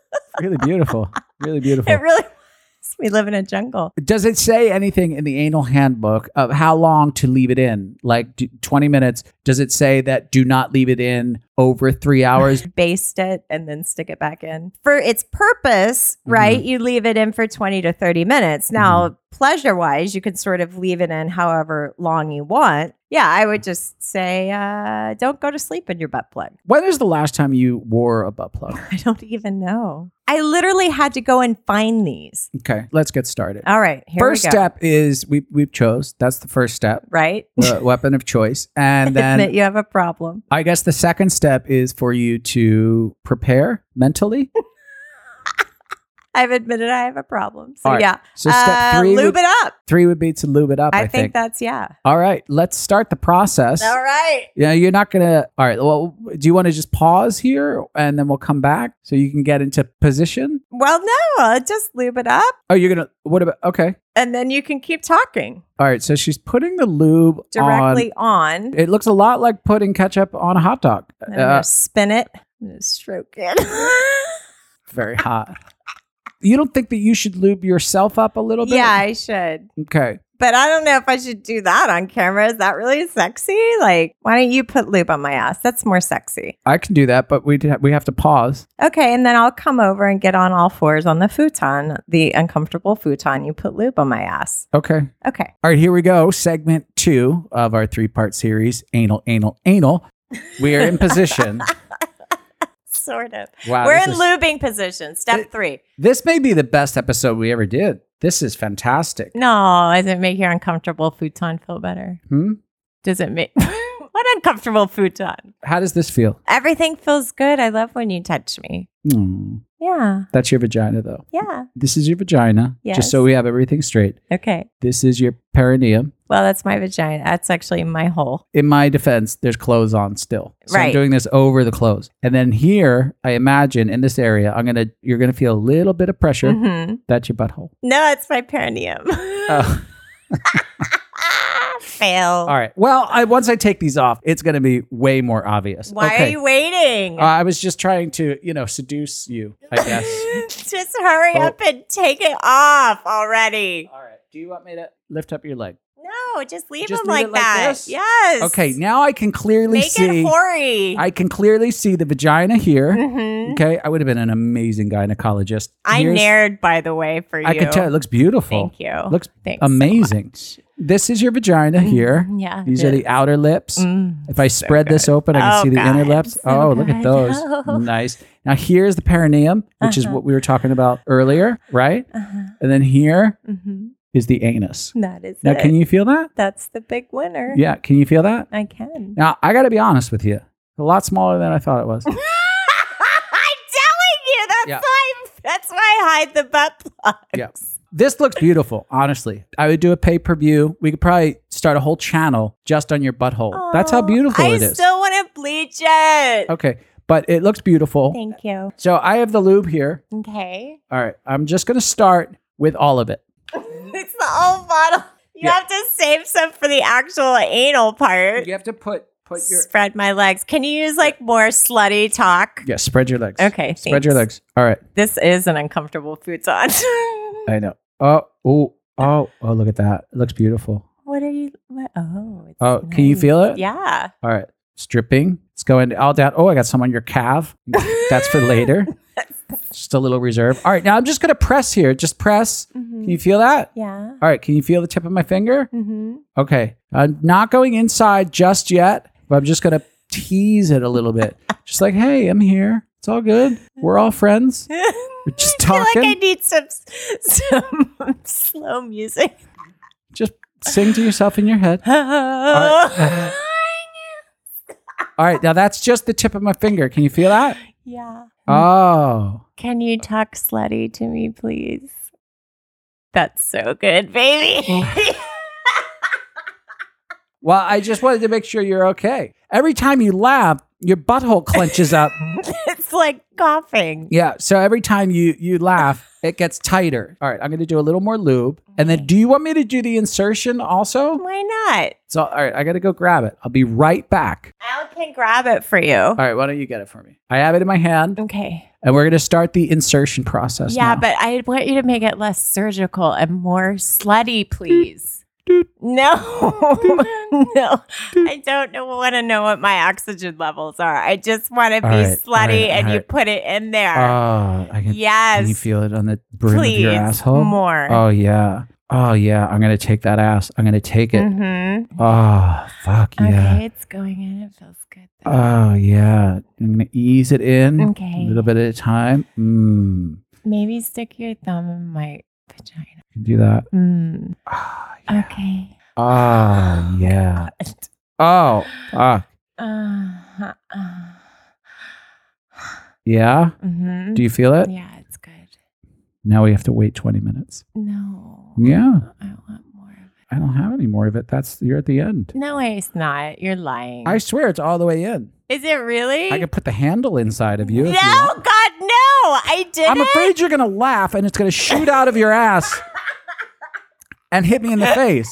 Speaker 2: really beautiful. Really
Speaker 1: it
Speaker 2: beautiful.
Speaker 1: really was. We live in a jungle.
Speaker 2: Does it say anything in the anal handbook of how long to leave it in? Like do, 20 minutes? Does it say that do not leave it in over three hours?
Speaker 1: Baste it and then stick it back in. For its purpose,
Speaker 2: Mm-hmm.
Speaker 1: right, you leave it in for 20 to 30 minutes. Now, pleasure wise, you can sort of leave it in however long you want. Yeah, I would just say uh, don't go to sleep in your butt plug.
Speaker 2: when is the last time you wore a butt plug?
Speaker 1: I don't even know. I literally had to go and find these.
Speaker 2: Okay, let's get started.
Speaker 1: All right, Oh, here
Speaker 2: first
Speaker 1: we go.
Speaker 2: step is we we've chose. That's the first step.
Speaker 1: right?
Speaker 2: The weapon of choice. And
Speaker 1: Admit
Speaker 2: then
Speaker 1: you have a problem.
Speaker 2: I guess the second step is for you to prepare mentally.
Speaker 1: I've admitted I have a problem. So
Speaker 2: All right.
Speaker 1: yeah,
Speaker 2: So step
Speaker 1: Uh,
Speaker 2: three,
Speaker 1: lube
Speaker 2: would,
Speaker 1: it up.
Speaker 2: three would be to lube it up,
Speaker 1: I,
Speaker 2: I,
Speaker 1: think, that's yeah.
Speaker 2: All right, let's start the process.
Speaker 1: All right.
Speaker 2: Yeah, you're not gonna. All right. Well, do you want to just pause here and then we'll come back so you can get into position?
Speaker 1: Well, no, I'll just lube it up,
Speaker 2: Oh, you're gonna. What about? Okay.
Speaker 1: and then you can keep talking
Speaker 2: All right. So she's putting the lube
Speaker 1: directly on.
Speaker 2: On. It looks a lot like putting ketchup on a hot dog.
Speaker 1: I'm
Speaker 2: Uh,
Speaker 1: gonna spin it. I'm gonna stroke it.
Speaker 2: very hot. You don't think that you should lube yourself up a little bit?
Speaker 1: yeah, I should.
Speaker 2: Okay.
Speaker 1: But I don't know if I should do that on camera. Is that really sexy? Like, why don't you put lube on my ass? That's more sexy.
Speaker 2: I can do that, but we we have to pause.
Speaker 1: Okay, and then I'll come over and get on all fours on the futon, the uncomfortable futon. You put lube on my ass.
Speaker 2: Okay.
Speaker 1: Okay.
Speaker 2: All right, here we go. Segment two of our three part series anal, anal, anal. We are in position.
Speaker 1: Sort of.
Speaker 2: Wow.
Speaker 1: We're
Speaker 2: Uh, this
Speaker 1: in
Speaker 2: is-
Speaker 1: lubing position. Step
Speaker 2: It-
Speaker 1: three.
Speaker 2: This may be the best episode we ever did. This is fantastic.
Speaker 1: No, does it make your uncomfortable futon feel better?
Speaker 2: Hmm?
Speaker 1: Does it make what uncomfortable futon?
Speaker 2: How does this feel?
Speaker 1: Everything feels good. I love when you touch me.
Speaker 2: Hmm.
Speaker 1: Yeah.
Speaker 2: That's your vagina, though.
Speaker 1: Yeah.
Speaker 2: This is your vagina.
Speaker 1: Yes.
Speaker 2: Just so we have everything straight.
Speaker 1: Okay.
Speaker 2: This is your perineum.
Speaker 1: Well, that's my vagina. That's actually my hole.
Speaker 2: In my defense, there's clothes on still. So I'm
Speaker 1: Right.
Speaker 2: doing this over the clothes. And then here, I imagine in this area, I'm gonna you're gonna feel a little bit of pressure.
Speaker 1: Mhm.
Speaker 2: That's your butthole.
Speaker 1: No, it's my perineum. Ah,
Speaker 2: Oh,
Speaker 1: Fail.
Speaker 2: all right. Well, I once I take these off, it's gonna be way more obvious.
Speaker 1: Why
Speaker 2: okay.
Speaker 1: are you waiting?
Speaker 2: Uh, I was just trying to, you know, seduce you, I guess.
Speaker 1: Just hurry
Speaker 2: Oh.
Speaker 1: up and take it off already.
Speaker 2: All right. Do you want me to lift up your leg?
Speaker 1: No, just leave
Speaker 2: Just
Speaker 1: them like,
Speaker 2: leave it like
Speaker 1: that.
Speaker 2: this?
Speaker 1: Yes.
Speaker 2: Okay, now I can clearly
Speaker 1: Make
Speaker 2: see
Speaker 1: it hoary.
Speaker 2: I can clearly see the vagina here.
Speaker 1: Mhm.
Speaker 2: Okay, I would have been an amazing gynecologist.
Speaker 1: I
Speaker 2: Here's-
Speaker 1: nared, by the way, for you.
Speaker 2: I could tell it looks beautiful.
Speaker 1: Thank you.
Speaker 2: Looks
Speaker 1: Thanks so
Speaker 2: amazing.
Speaker 1: much. Mm-hmm.
Speaker 2: this is your vagina here.
Speaker 1: Yeah. Mm.
Speaker 2: These are the outer lips. If I spread this open, I can
Speaker 1: Mm-hmm. Oh,
Speaker 2: see the inner
Speaker 1: God,
Speaker 2: lips.
Speaker 1: so
Speaker 2: oh, look at
Speaker 1: good.
Speaker 2: those.
Speaker 1: Oh.
Speaker 2: Nice. Now here's the perineum, which is
Speaker 1: Uh-huh.
Speaker 2: what we were talking about earlier, right? And then here is the anus.
Speaker 1: Mm-hmm. That is
Speaker 2: Now
Speaker 1: it.
Speaker 2: can you feel that?
Speaker 1: That's the big winner.
Speaker 2: Yeah, can you feel that?
Speaker 1: I can.
Speaker 2: Now I got to be honest with you. A lot smaller than I thought it was.
Speaker 1: I'm telling you, that's
Speaker 2: Yeah.
Speaker 1: why. That's why I hide the butt plugs.
Speaker 2: Yeah. This looks beautiful, honestly. I would do a pay per view. We could probably start a whole channel just on your butthole. That's how
Speaker 1: Oh,
Speaker 2: beautiful
Speaker 1: I
Speaker 2: it is.
Speaker 1: still want to bleach it.
Speaker 2: okay, but it looks beautiful.
Speaker 1: Thank you.
Speaker 2: So I have the lube here.
Speaker 1: Okay.
Speaker 2: All right, I'm just going to start with all of it.
Speaker 1: it's the old bottle. You
Speaker 2: Yeah.
Speaker 1: have to save some for the actual anal part.
Speaker 2: You have to put put your
Speaker 1: Spread my legs. Can you use like more slutty talk?
Speaker 2: yeah. Spread your legs.
Speaker 1: Okay.
Speaker 2: Spread your
Speaker 1: thanks.
Speaker 2: legs. All right.
Speaker 1: This is an uncomfortable futon.
Speaker 2: I know. Oh oh oh oh! Look at that. It looks beautiful.
Speaker 1: what are you? What? Oh. It's
Speaker 2: Oh, can you
Speaker 1: nice.
Speaker 2: feel it?
Speaker 1: Yeah.
Speaker 2: All right. Stripping. It's going all down. Oh, I got some on your calf. That's for later. just a little reserve. All right. Now I'm just going to press here. Just press.
Speaker 1: Mm-hmm.
Speaker 2: Can you feel that?
Speaker 1: Yeah.
Speaker 2: All right. Can you feel the tip of my finger?
Speaker 1: Mm-hmm.
Speaker 2: Okay. I'm not going inside just yet, but I'm just going to tease it a little bit. just like, hey, I'm here. It's all good. We're all friends. We're just
Speaker 1: I feel like I
Speaker 2: talking.
Speaker 1: need some some slow music.
Speaker 2: just sing to yourself in your head. right. All right. Now that's just the tip of my finger. Can you feel that?
Speaker 1: yeah.
Speaker 2: Oh.
Speaker 1: Can you talk slutty to me, please? That's so good, baby.
Speaker 2: Well, I just wanted to make sure you're okay. Every time you laugh, your butthole clenches up.
Speaker 1: it's like coughing.
Speaker 2: Yeah. So every time you you laugh, it gets tighter. All right. I'm going to do a little more lube, and then
Speaker 1: Okay.
Speaker 2: do you want me to do the insertion also?
Speaker 1: Why not?
Speaker 2: So all right, I got to go grab it. I'll be right back.
Speaker 1: Al can grab it for you.
Speaker 2: All right. Why don't you get it for me? I have it in my hand,
Speaker 1: Okay.
Speaker 2: and we're going to start the insertion process.
Speaker 1: yeah,
Speaker 2: now.
Speaker 1: but I want you to make it less surgical and more slutty, please.
Speaker 2: Doot.
Speaker 1: No, no, I don't know, want to know what my oxygen levels are. I just want to be
Speaker 2: All right,
Speaker 1: slutty
Speaker 2: all right,
Speaker 1: and
Speaker 2: all
Speaker 1: you
Speaker 2: right.
Speaker 1: put it in there.
Speaker 2: Oh, I can. Can you
Speaker 1: yes,
Speaker 2: feel it on the brim of
Speaker 1: please,
Speaker 2: your asshole?
Speaker 1: more.
Speaker 2: Oh yeah. Oh yeah. I'm going to take that ass. I'm going to take it.
Speaker 1: Mhm.
Speaker 2: Oh fuck yeah.
Speaker 1: Okay, it's going in. It feels good. though.
Speaker 2: Oh yeah, I'm gonna ease it in
Speaker 1: Okay.
Speaker 2: a little bit at a time. Mm,
Speaker 1: Maybe stick your thumb in my vagina.
Speaker 2: can do that.
Speaker 1: Mm.
Speaker 2: Ah, yeah.
Speaker 1: Okay.
Speaker 2: Oh yeah.
Speaker 1: God.
Speaker 2: Oh,
Speaker 1: Uh-huh,
Speaker 2: ah,
Speaker 1: Uh,
Speaker 2: yeah.
Speaker 1: hmm
Speaker 2: Do you feel it?
Speaker 1: Yeah, it's good.
Speaker 2: Now we have to wait 20 minutes.
Speaker 1: No.
Speaker 2: Yeah,
Speaker 1: I want more of it.
Speaker 2: I don't have any more of it. That's you're at the end.
Speaker 1: No, it's not. You're lying.
Speaker 2: I swear it's all the way in.
Speaker 1: Is it really?
Speaker 2: I can put the handle inside of you.
Speaker 1: no,
Speaker 2: if you want.
Speaker 1: God, no. I did
Speaker 2: I'm
Speaker 1: it.
Speaker 2: afraid you're gonna laugh and it's gonna shoot out of your ass and hit me in the face.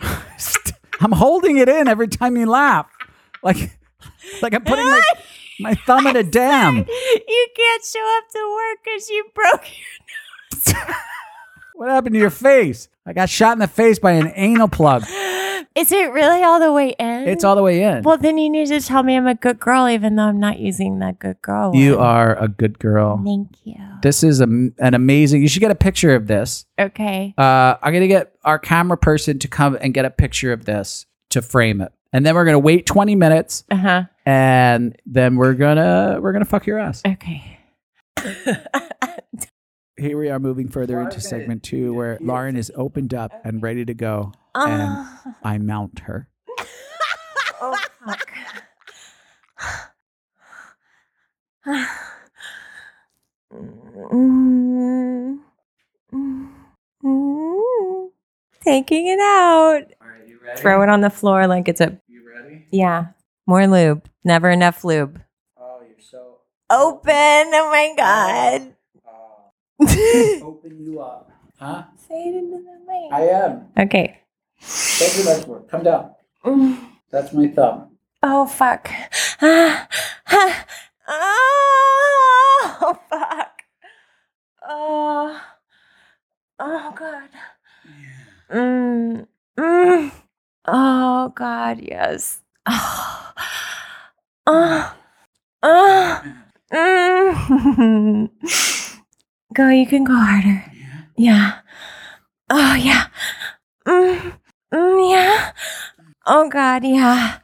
Speaker 2: I'm holding it in every time you laugh, like like I'm putting my, my thumb in a dam.
Speaker 1: You can't show up to work because you broke
Speaker 2: What happened to your face? I got shot in the face by an anal plug.
Speaker 1: your. Is it really all the way in?
Speaker 2: It's all the way in.
Speaker 1: Well, then you need to tell me I'm a good girl, even though I'm not using that good girl.
Speaker 2: You
Speaker 1: one.
Speaker 2: are a good girl.
Speaker 1: Thank you.
Speaker 2: This is a, an amazing. You should get a picture of this.
Speaker 1: Okay.
Speaker 2: Uh, I'm gonna get our camera person to come and get a picture of this to frame it, and then we're gonna wait 20 minutes.
Speaker 1: Uh huh.
Speaker 2: and then we're gonna we're gonna fuck your ass.
Speaker 1: Okay.
Speaker 2: Here we are moving further into segment two, where Lauren is opened up and ready to go.
Speaker 1: oh,
Speaker 2: I mount her.
Speaker 1: oh, fuck. Mm. Mm. Mm. Taking it out.
Speaker 2: All right, you ready?
Speaker 1: Throw it on the floor like it's a.
Speaker 2: You ready?
Speaker 1: Yeah. More lube. Never enough lube.
Speaker 2: Oh, you're so.
Speaker 1: Open. Oh my God.
Speaker 2: Uh,
Speaker 1: Say
Speaker 2: open you up. Huh?
Speaker 1: it into the
Speaker 2: I am.
Speaker 1: mic. Okay.
Speaker 2: Take your left work. Come down.
Speaker 1: Mm.
Speaker 2: That's my thumb.
Speaker 1: Oh, fuck. Ah. Ah. Oh, fuck. Oh. Oh, God. Mm. Mm. Oh God, yes. Oh. Oh. Oh. Mm. go, you can go harder. Yeah. Oh yeah. Mm. Mm, yeah. Oh God, yeah.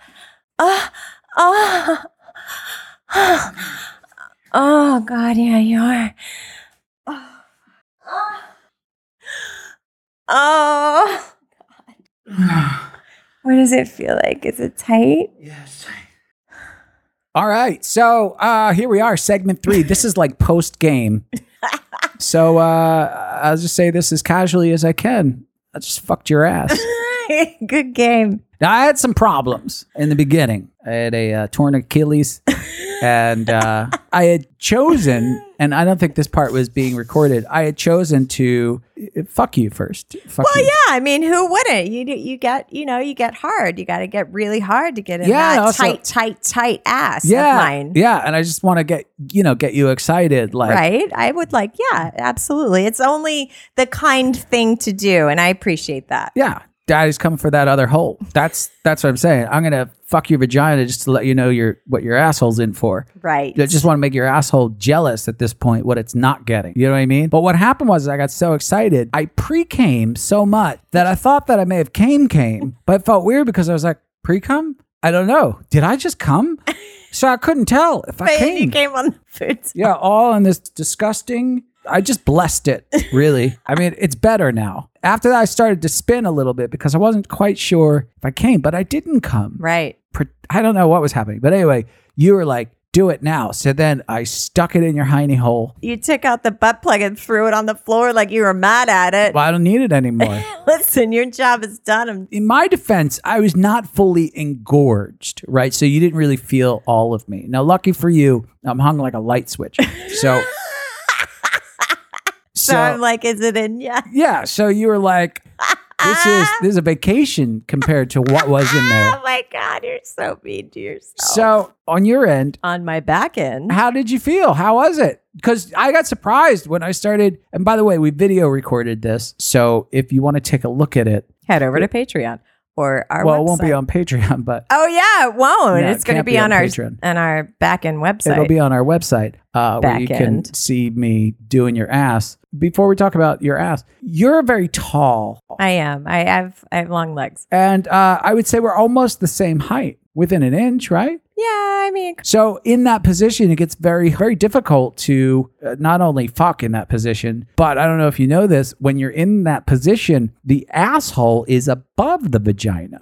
Speaker 1: Oh. Oh. Oh God, yeah, you are. Oh. Oh. oh. What does it feel like? Is it tight?
Speaker 2: yes. All right. So uh here we are, segment three. This is like post game. So uh I'll just say this as casually as I can. I just fucked your ass.
Speaker 1: Good game.
Speaker 2: Now I had some problems in the beginning. I had a uh, torn Achilles, and uh, I had chosen, and I don't think this part was being recorded. I had chosen to uh, fuck you first. Fuck
Speaker 1: Well,
Speaker 2: you.
Speaker 1: yeah. I mean, who wouldn't? You do- you get you know you get hard. You got to get really hard to get in
Speaker 2: Yeah,
Speaker 1: that
Speaker 2: also-
Speaker 1: tight, tight, tight ass
Speaker 2: yeah,
Speaker 1: of mine.
Speaker 2: yeah. And I just want to get you know get you excited, like
Speaker 1: Right? I would like, yeah, absolutely. It's only the kind thing to do, and I appreciate that.
Speaker 2: yeah. Daddy's coming for that other hole. That's that's what I'm saying. I'm gonna fuck your vagina just to let you know your what your asshole's in for.
Speaker 1: Right?
Speaker 2: I just want to make your asshole jealous at this point what it's not getting. You know what I mean? But what happened was I got so excited. I pre-came so much that I thought that I may have came came, but it felt weird because I was like, pre-come? I don't know. Did I just come? So I couldn't tell if I
Speaker 1: But you
Speaker 2: came.
Speaker 1: came on the food.
Speaker 2: Yeah, all in this disgusting. I just blessed it, really. I mean, it's better now. After that, I started to spin a little bit because I wasn't quite sure if I came, but I didn't come
Speaker 1: Right.
Speaker 2: pre- I don't know what was happening, but anyway, you were like, "Do it now." So then I stuck it in your hiney hole.
Speaker 1: You took out the butt plug and threw it on the floor like you were mad at it.
Speaker 2: Well, I don't need it anymore.
Speaker 1: Listen, your job is done. I'm
Speaker 2: in my defense, I was not fully engorged, right? So you didn't really feel all of me. Now, lucky for you, I'm hung like a light switch. So,
Speaker 1: So, I'm like, is it in yet?
Speaker 2: yeah. So you were like, "This is
Speaker 1: Ah.
Speaker 2: this is a vacation compared to what was in there."
Speaker 1: Oh my God, you're so mean to yourself.
Speaker 2: So on your end,
Speaker 1: on my back end.
Speaker 2: How did you feel? How was it? Because I got surprised when I started. And by the way, we video recorded this. So if you want to take a look at it,
Speaker 1: Head over to Patreon or our
Speaker 2: well,
Speaker 1: website.
Speaker 2: it won't be on Patreon, but
Speaker 1: Oh yeah, it won't.
Speaker 2: No, it
Speaker 1: it's going to
Speaker 2: can't
Speaker 1: be,
Speaker 2: be
Speaker 1: on,
Speaker 2: on
Speaker 1: our
Speaker 2: Patreon.
Speaker 1: on our back end website.
Speaker 2: it'll be on our website uh, where you can
Speaker 1: Backend.
Speaker 2: see me doing your ass. Before we talk about your ass, you're very tall.
Speaker 1: I am. I have I have long legs.
Speaker 2: And uh, I would say we're almost the same height within an inch, right?
Speaker 1: Yeah, I mean,
Speaker 2: So in that position, it gets very, very difficult to uh, not only fuck in that position, but I don't know if you know this. When you're in that position, the asshole is above the vagina,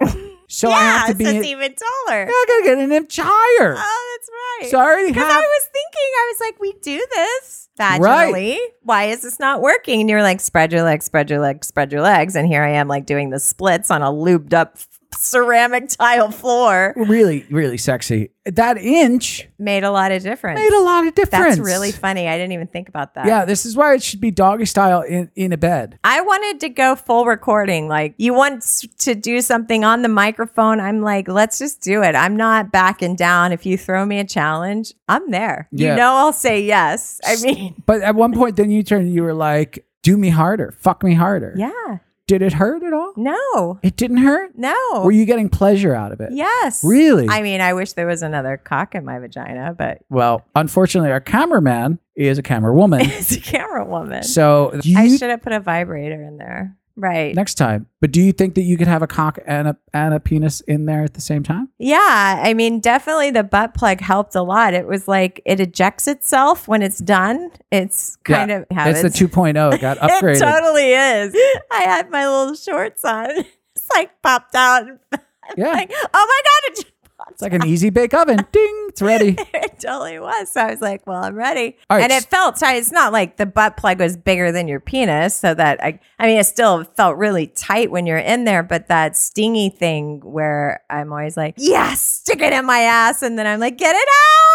Speaker 2: so I
Speaker 1: yeah,
Speaker 2: have to be.
Speaker 1: so it's
Speaker 2: I
Speaker 1: even taller.
Speaker 2: gotta get an inch higher.
Speaker 1: Oh, that's right.
Speaker 2: so I already
Speaker 1: Because
Speaker 2: have.
Speaker 1: I was thinking, I was like, we do this vaginally.
Speaker 2: Right.
Speaker 1: Why is this not working? And you're like, spread your legs, spread your legs, spread your legs. And here I am, like doing the splits on a lubed up ceramic tile floor.
Speaker 2: Really, really sexy. That inch
Speaker 1: Made a lot of difference.
Speaker 2: made a lot of difference.
Speaker 1: That's really funny. I didn't even think about that.
Speaker 2: Yeah, this is why it should be doggy style in, in a bed.
Speaker 1: I wanted to go full recording. Like, you want s- to do something on the microphone? I'm like, let's just do it. I'm not backing down. If you throw me a challenge, I'm there.
Speaker 2: Yeah.
Speaker 1: You know, I'll say yes. I mean,
Speaker 2: But at one point, then you turned and you were like, do me harder. Fuck me harder.
Speaker 1: yeah.
Speaker 2: Did it hurt at all?
Speaker 1: No,
Speaker 2: It didn't hurt?
Speaker 1: no.
Speaker 2: Were you getting pleasure out of it?
Speaker 1: Oh. yes.
Speaker 2: Really?
Speaker 1: I mean, I wish there was another cock in my vagina, but
Speaker 2: well, unfortunately, our cameraman is a camera woman.
Speaker 1: it's a camera woman.
Speaker 2: so
Speaker 1: I
Speaker 2: you,
Speaker 1: should have put a vibrator in there. Right.
Speaker 2: next time. But do you think that you could have a cock and a, and a penis in there at the same time?
Speaker 1: Yeah, I mean, definitely the butt plug helped a lot. It was like it ejects itself when it's done. It's kind of how
Speaker 2: That's
Speaker 1: it's,
Speaker 2: the 2.0. It got upgraded.
Speaker 1: It totally is. I had my little shorts on. It's like popped out.
Speaker 2: yeah.
Speaker 1: Like, oh my god! It just
Speaker 2: It's like an easy bake oven. Ding, it's ready.
Speaker 1: it totally was. So I was like, well, I'm ready.
Speaker 2: All right.
Speaker 1: And it felt tight. It's not like the butt plug was bigger than your penis. So that I, I mean, it still felt really tight when you're in there, but that stingy thing where I'm always like, yes, stick it in my ass. And then I'm like, get it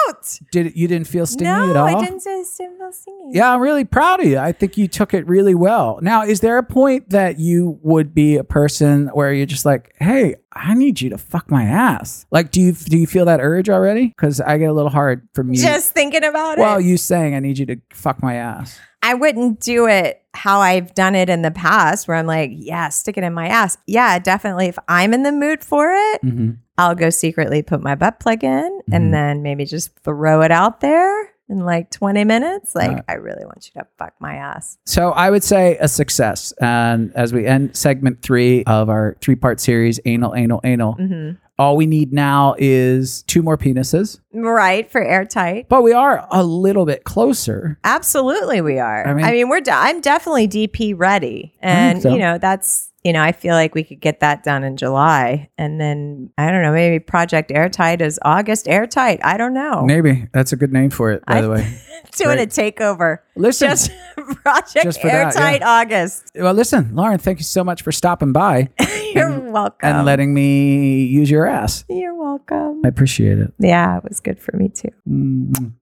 Speaker 1: out.
Speaker 2: Did it, you didn't feel stingy
Speaker 1: no,
Speaker 2: at all?
Speaker 1: I didn't say it didn't feel stingy.
Speaker 2: Yeah, I'm really proud of you. I think you took it really well. Now, is there a point that you would be a person where you're just like, "Hey, I need you to fuck my ass"? Like, do you do you feel that urge already? Because I get a little hard from you.
Speaker 1: Just thinking about
Speaker 2: well,
Speaker 1: it.
Speaker 2: you saying I need you to fuck my ass.
Speaker 1: I wouldn't do it how I've done it in the past, where I'm like, yeah, stick it in my ass. Yeah, definitely. If I'm in the mood for it,
Speaker 2: Mhm.
Speaker 1: I'll go secretly put my butt plug in
Speaker 2: Mhm.
Speaker 1: and then maybe just throw it out there in like 20 minutes. Like, I really want you to fuck my ass.
Speaker 2: So I would say a success. And as we end segment three of our three part series, anal, anal, anal.
Speaker 1: Mhm.
Speaker 2: All we need now is two more penises,
Speaker 1: Right. For airtight.
Speaker 2: but we are a little bit closer.
Speaker 1: Absolutely, we are.
Speaker 2: I
Speaker 1: I
Speaker 2: mean-
Speaker 1: mean, we're. De- I'm definitely DP ready, and
Speaker 2: so.
Speaker 1: you know that's you know I feel like we could get that done in July, and then I don't know maybe Project Airtight is August Airtight. I don't know.
Speaker 2: Maybe that's a good name for it, by the way.
Speaker 1: Doing a takeover,
Speaker 2: Listen,
Speaker 1: just Project
Speaker 2: Just for that,
Speaker 1: Airtight August.
Speaker 2: well, listen, Lauren, thank you so much for stopping by
Speaker 1: You're welcome.
Speaker 2: and letting me use your ass.
Speaker 1: You're welcome.
Speaker 2: I appreciate it.
Speaker 1: yeah, it was good for me too.
Speaker 2: Mm.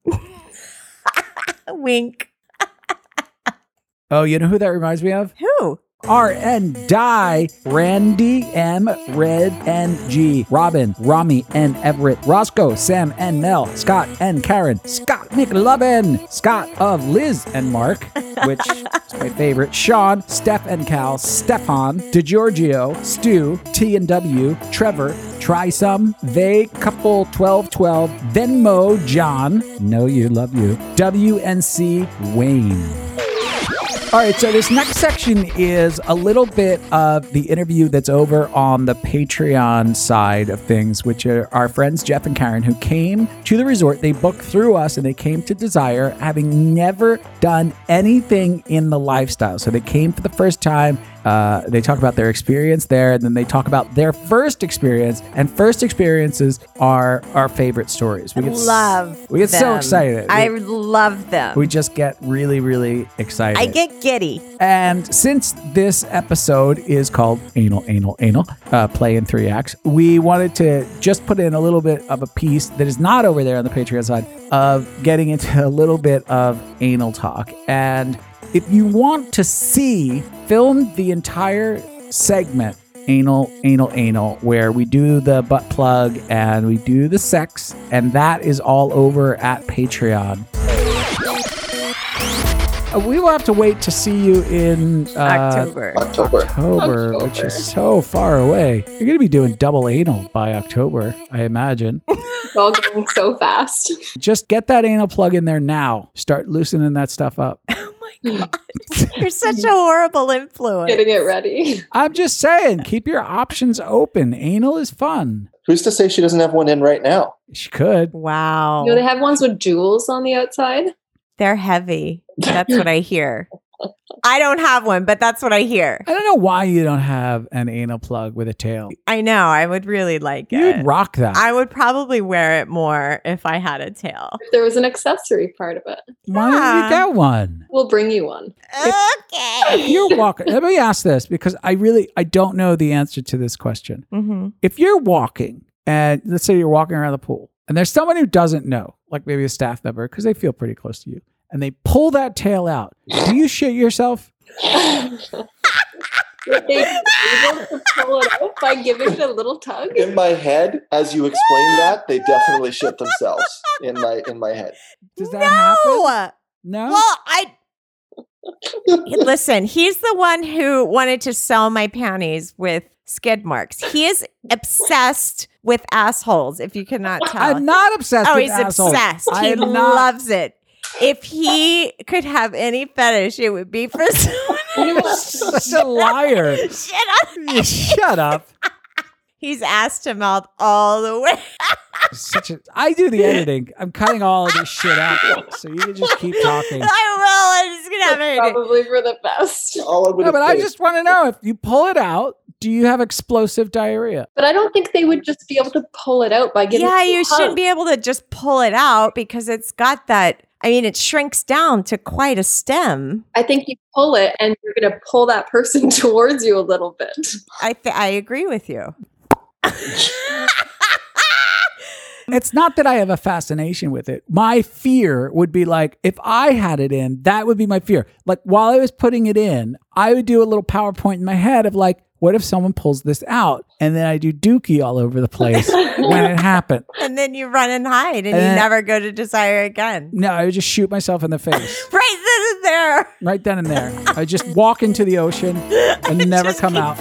Speaker 1: Wink.
Speaker 2: Oh, you know who that reminds me of?
Speaker 1: Who?
Speaker 2: R.N. Die, Randy M, Red N G, Robin, Rami N Everett, Roscoe, Sam and Mel, Scott and Karen, Scott McLovin, Scott of Liz and Mark, which is my favorite, Sean, Steph and Cal, Stefan, DiGiorgio, Stu, T and W, Trevor, Try Some, They Couple 1212, Venmo, John, Know You Love You, WNC Wayne. All right, so this next section is a little bit of the interview that's over on the Patreon side of things, which are our friends Jeff and Karen who came to the resort. They booked through us and they came to Desire having never done anything in the lifestyle. So they came for the first time. Uh, they talk about their experience there, and then they talk about their first experience. And first experiences are our favorite stories. We get s-
Speaker 1: Love.
Speaker 2: We get so
Speaker 1: them.
Speaker 2: excited.
Speaker 1: I
Speaker 2: We-
Speaker 1: love them.
Speaker 2: we just get really, really excited.
Speaker 1: I get giddy.
Speaker 2: And since this episode is called Anal, Anal, Anal, uh, play in three acts, we wanted to just put in a little bit of a piece that is not over there on the Patreon side of getting into a little bit of anal talk. And if you want to see, film the entire segment. Anal, anal, anal, where we do the butt plug and we do the sex, and that is all over at Patreon. Uh, We will have to wait to see you in uh,
Speaker 1: October.
Speaker 3: October.
Speaker 2: October, which is so far away. You're going to be doing double anal by October, I imagine.
Speaker 4: It's all going so fast.
Speaker 2: Just get that anal plug in there now. Start loosening that stuff up.
Speaker 1: Oh my god. You're such a horrible influence.
Speaker 4: Getting it ready.
Speaker 2: I'm just saying, keep your options open. Anal is fun.
Speaker 3: Who's to say she doesn't have one in right now?
Speaker 2: She could.
Speaker 1: Wow.
Speaker 4: You know, they have ones with jewels on the outside.
Speaker 1: They're heavy. That's what I hear. I don't have one, but that's what I hear.
Speaker 2: I don't know why you don't have an anal plug with a tail.
Speaker 1: I know. I would really like
Speaker 2: You'd
Speaker 1: it.
Speaker 2: rock that.
Speaker 1: I would probably wear it more if I had a tail.
Speaker 4: If there was an accessory part of it,
Speaker 2: why don't you
Speaker 1: Yeah.
Speaker 2: get one?
Speaker 4: we'll bring you one.
Speaker 1: Okay.
Speaker 2: If you're walking, let me ask this because I really I don't know the answer to this question.
Speaker 1: hmm
Speaker 2: if you're walking and let's say you're walking around the pool and there's someone who doesn't know, like maybe a staff member, because they feel pretty close to you, and they pull that tail out, do you shit yourself?
Speaker 4: Would they be able to pull it out by giving it a little tug?
Speaker 3: In my head, as you explained that, they definitely shit themselves in my in my head.
Speaker 2: Does that
Speaker 1: no!
Speaker 2: happen? No.
Speaker 1: Well, I listen. He's the one who wanted to sell my panties with skid marks. He is obsessed with assholes. If you cannot tell,
Speaker 2: I'm not obsessed.
Speaker 1: oh,
Speaker 2: with
Speaker 1: he's
Speaker 2: assholes.
Speaker 1: obsessed.
Speaker 2: I
Speaker 1: he
Speaker 2: am not-
Speaker 1: loves it. If he could have any fetish, it would be for
Speaker 4: You
Speaker 1: someone.
Speaker 4: are
Speaker 2: Such a liar.
Speaker 1: Shit, I-
Speaker 2: Shut up.
Speaker 1: he's asked to mouth all the way.
Speaker 2: Such a, I do the editing. I'm cutting all of this shit out, so you can just keep
Speaker 1: I
Speaker 2: talking.
Speaker 1: will. I'm just gonna have everything.
Speaker 4: Probably for the best.
Speaker 3: All I would
Speaker 2: No,
Speaker 3: have
Speaker 2: but I
Speaker 3: said is,
Speaker 2: just want to know if you pull it out, Do you have explosive diarrhea?
Speaker 4: But I don't think they would just be able to pull it out by giving.
Speaker 1: yeah,
Speaker 4: it a
Speaker 1: you
Speaker 4: hug.
Speaker 1: shouldn't be able to just pull it out because it's got that. I mean, it shrinks down to quite a stem.
Speaker 4: I think you pull it, and you're going to pull that person towards you a little bit.
Speaker 1: I th- I agree with you.
Speaker 2: It's not that I have a fascination with it. My fear would be like, if I had it in, that would be my fear. Like, while I was putting it in, I would do a little PowerPoint in my head of like, what if someone pulls this out? And then I do dookie all over the place when it happened.
Speaker 1: And then you run and hide, and
Speaker 2: Uh,
Speaker 1: you never go to desire again.
Speaker 2: No, I would just shoot myself in the face
Speaker 1: Right then and there.
Speaker 2: right then and there. I just walk into the ocean and never come out.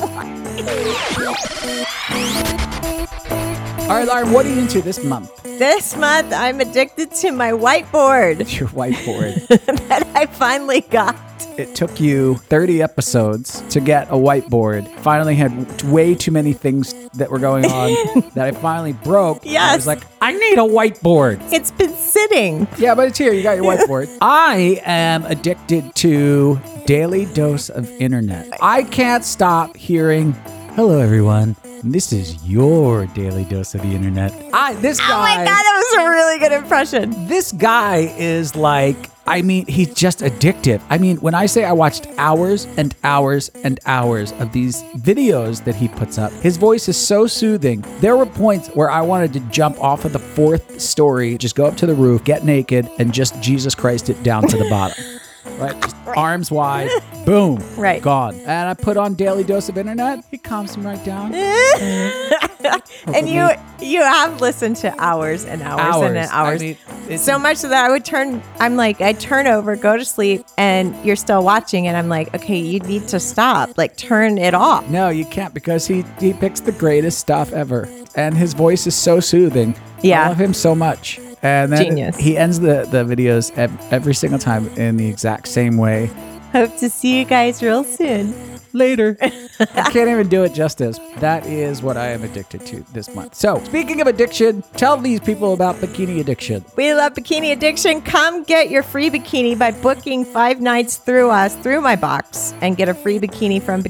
Speaker 2: All right, Lauren, what are you into this month?
Speaker 1: This month, I'm addicted to my whiteboard
Speaker 2: Your whiteboard.
Speaker 1: that I finally got.
Speaker 2: It took you 30 episodes to get a whiteboard. Finally, had way too many things that were going on that I finally broke. And I
Speaker 1: Yes.
Speaker 2: was like, I need a whiteboard.
Speaker 1: It's been sitting.
Speaker 2: Yeah, but it's here. You got your whiteboard. I am addicted to daily dose of internet. I can't stop hearing, "Hello, everyone. This is your daily dose of the internet." I this guy.
Speaker 1: Oh my God, that was a really good impression.
Speaker 2: This guy is like, I mean, he's just addictive. I mean, when I say I watched hours and hours and hours of these videos that he puts up, his voice is so soothing. There were points where I wanted to jump off of the fourth story, just go up to the roof, get naked, and just Jesus Christ it down to the bottom. Right, just arms wide, boom,
Speaker 1: Right.
Speaker 2: gone. And I put on daily dose of internet. He calms me right down.
Speaker 1: and you you have listened to hours and hours, and
Speaker 2: Hours. I
Speaker 1: hours.
Speaker 2: mean, it's-
Speaker 1: so much that I would turn I'm like I turn over, go to sleep, and you're still watching and I'm like, okay, you need to stop. Like turn it off.
Speaker 2: No, you can't because he he picks the greatest stuff ever, and his voice is so soothing.
Speaker 1: Yeah.
Speaker 2: I love him so much. And then
Speaker 1: Genius.
Speaker 2: he ends the the videos ev- every single time in the exact same way.
Speaker 1: Hope to see you guys real soon.
Speaker 2: Later, I can't even do it justice. That is what I am addicted to this month. So, speaking of addiction, tell these people about bikini addiction.
Speaker 1: We love bikini addiction. Come get your free bikini by booking five nights through us, through my box, and get a free bikini from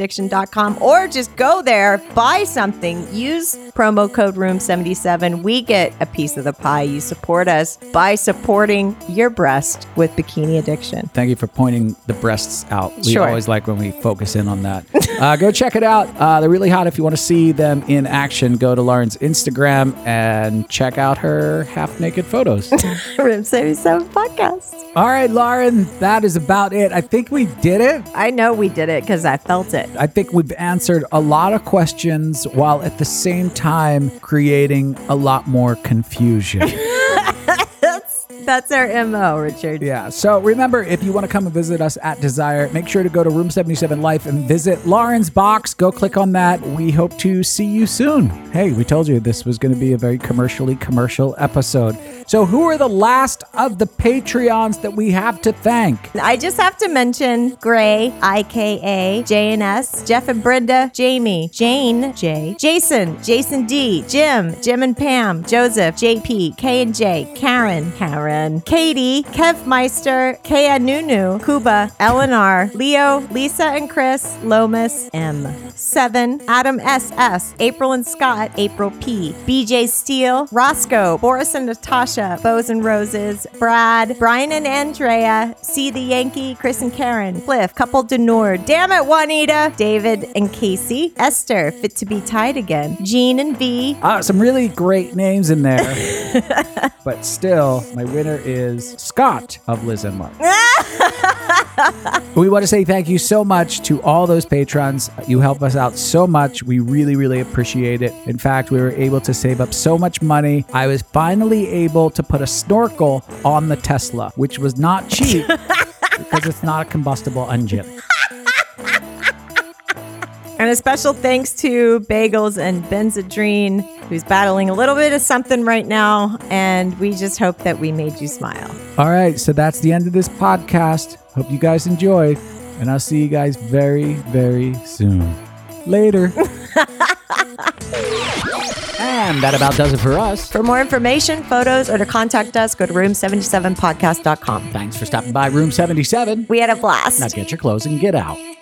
Speaker 1: bikiniaddiction.com. Or just go there, buy something, use promo code room77. We get a piece of the pie. You support us by supporting your breast with bikini addiction.
Speaker 2: Thank you for pointing the breasts out. We
Speaker 1: Sure.
Speaker 2: always like when we focus in on that. uh, go check it out. Uh, they're really hot. If you want to see them in action, go to Lauren's Instagram and check out her half naked photos.
Speaker 1: Room 77 podcast.
Speaker 2: All right, Lauren, that is about it. I think we did it.
Speaker 1: I know we did it because I felt it.
Speaker 2: I think we've answered a lot of questions while at the same time creating a lot more confusion.
Speaker 1: That's that's our MO, Richard.
Speaker 2: Yeah. So remember, if you want to come and visit us at Desire, make sure to go to Room 77 Life and visit Lauren's box. Go click on that. We hope to see you soon. Hey, we told you this was going to be a very commercially commercial episode. So, who are the last of the Patreons that we have to thank?
Speaker 1: I just have to mention Gray, IKA, JNS, Jeff and Brenda, Jamie, Jane, J, Jason, Jason D, Jim, Jim and Pam, Joseph, JP, K and J, Karen, Karen, Katie, Kev Meister, Kea Nunu, Kuba, Eleanor, Leo, Lisa and Chris, Lomas, M, Seven, Adam SS, April and Scott, April P, BJ Steele, Roscoe, Boris and Natasha, Bows and Roses, Brad, Brian and Andrea, See the Yankee, Chris and Karen, Cliff, Couple Denor, Damn it, Juanita, David and Casey, Esther, Fit to be Tied Again, Jean and V,
Speaker 2: Uh, some really great names in there. but still, my winner is Scott of Liz and Mark. we want to say thank you so much to all those patrons. You help us out so much. We really, really appreciate it. In fact, we were able to save up so much money. I was finally able to put a snorkel on the Tesla, which was not cheap because it's not a combustible engine.
Speaker 1: And a special thanks to Bagels and Benzedrine, who's battling a little bit of something right now. And we just hope that we made you smile.
Speaker 2: All right, so that's the end of this podcast. Hope you guys enjoyed, and I'll see you guys very, very soon. Later. and that about does it for us.
Speaker 1: For more information, photos, or to contact us, go to room77podcast.com.
Speaker 2: Thanks for stopping by Room 77.
Speaker 1: We had a blast.
Speaker 2: Now get your clothes and get out.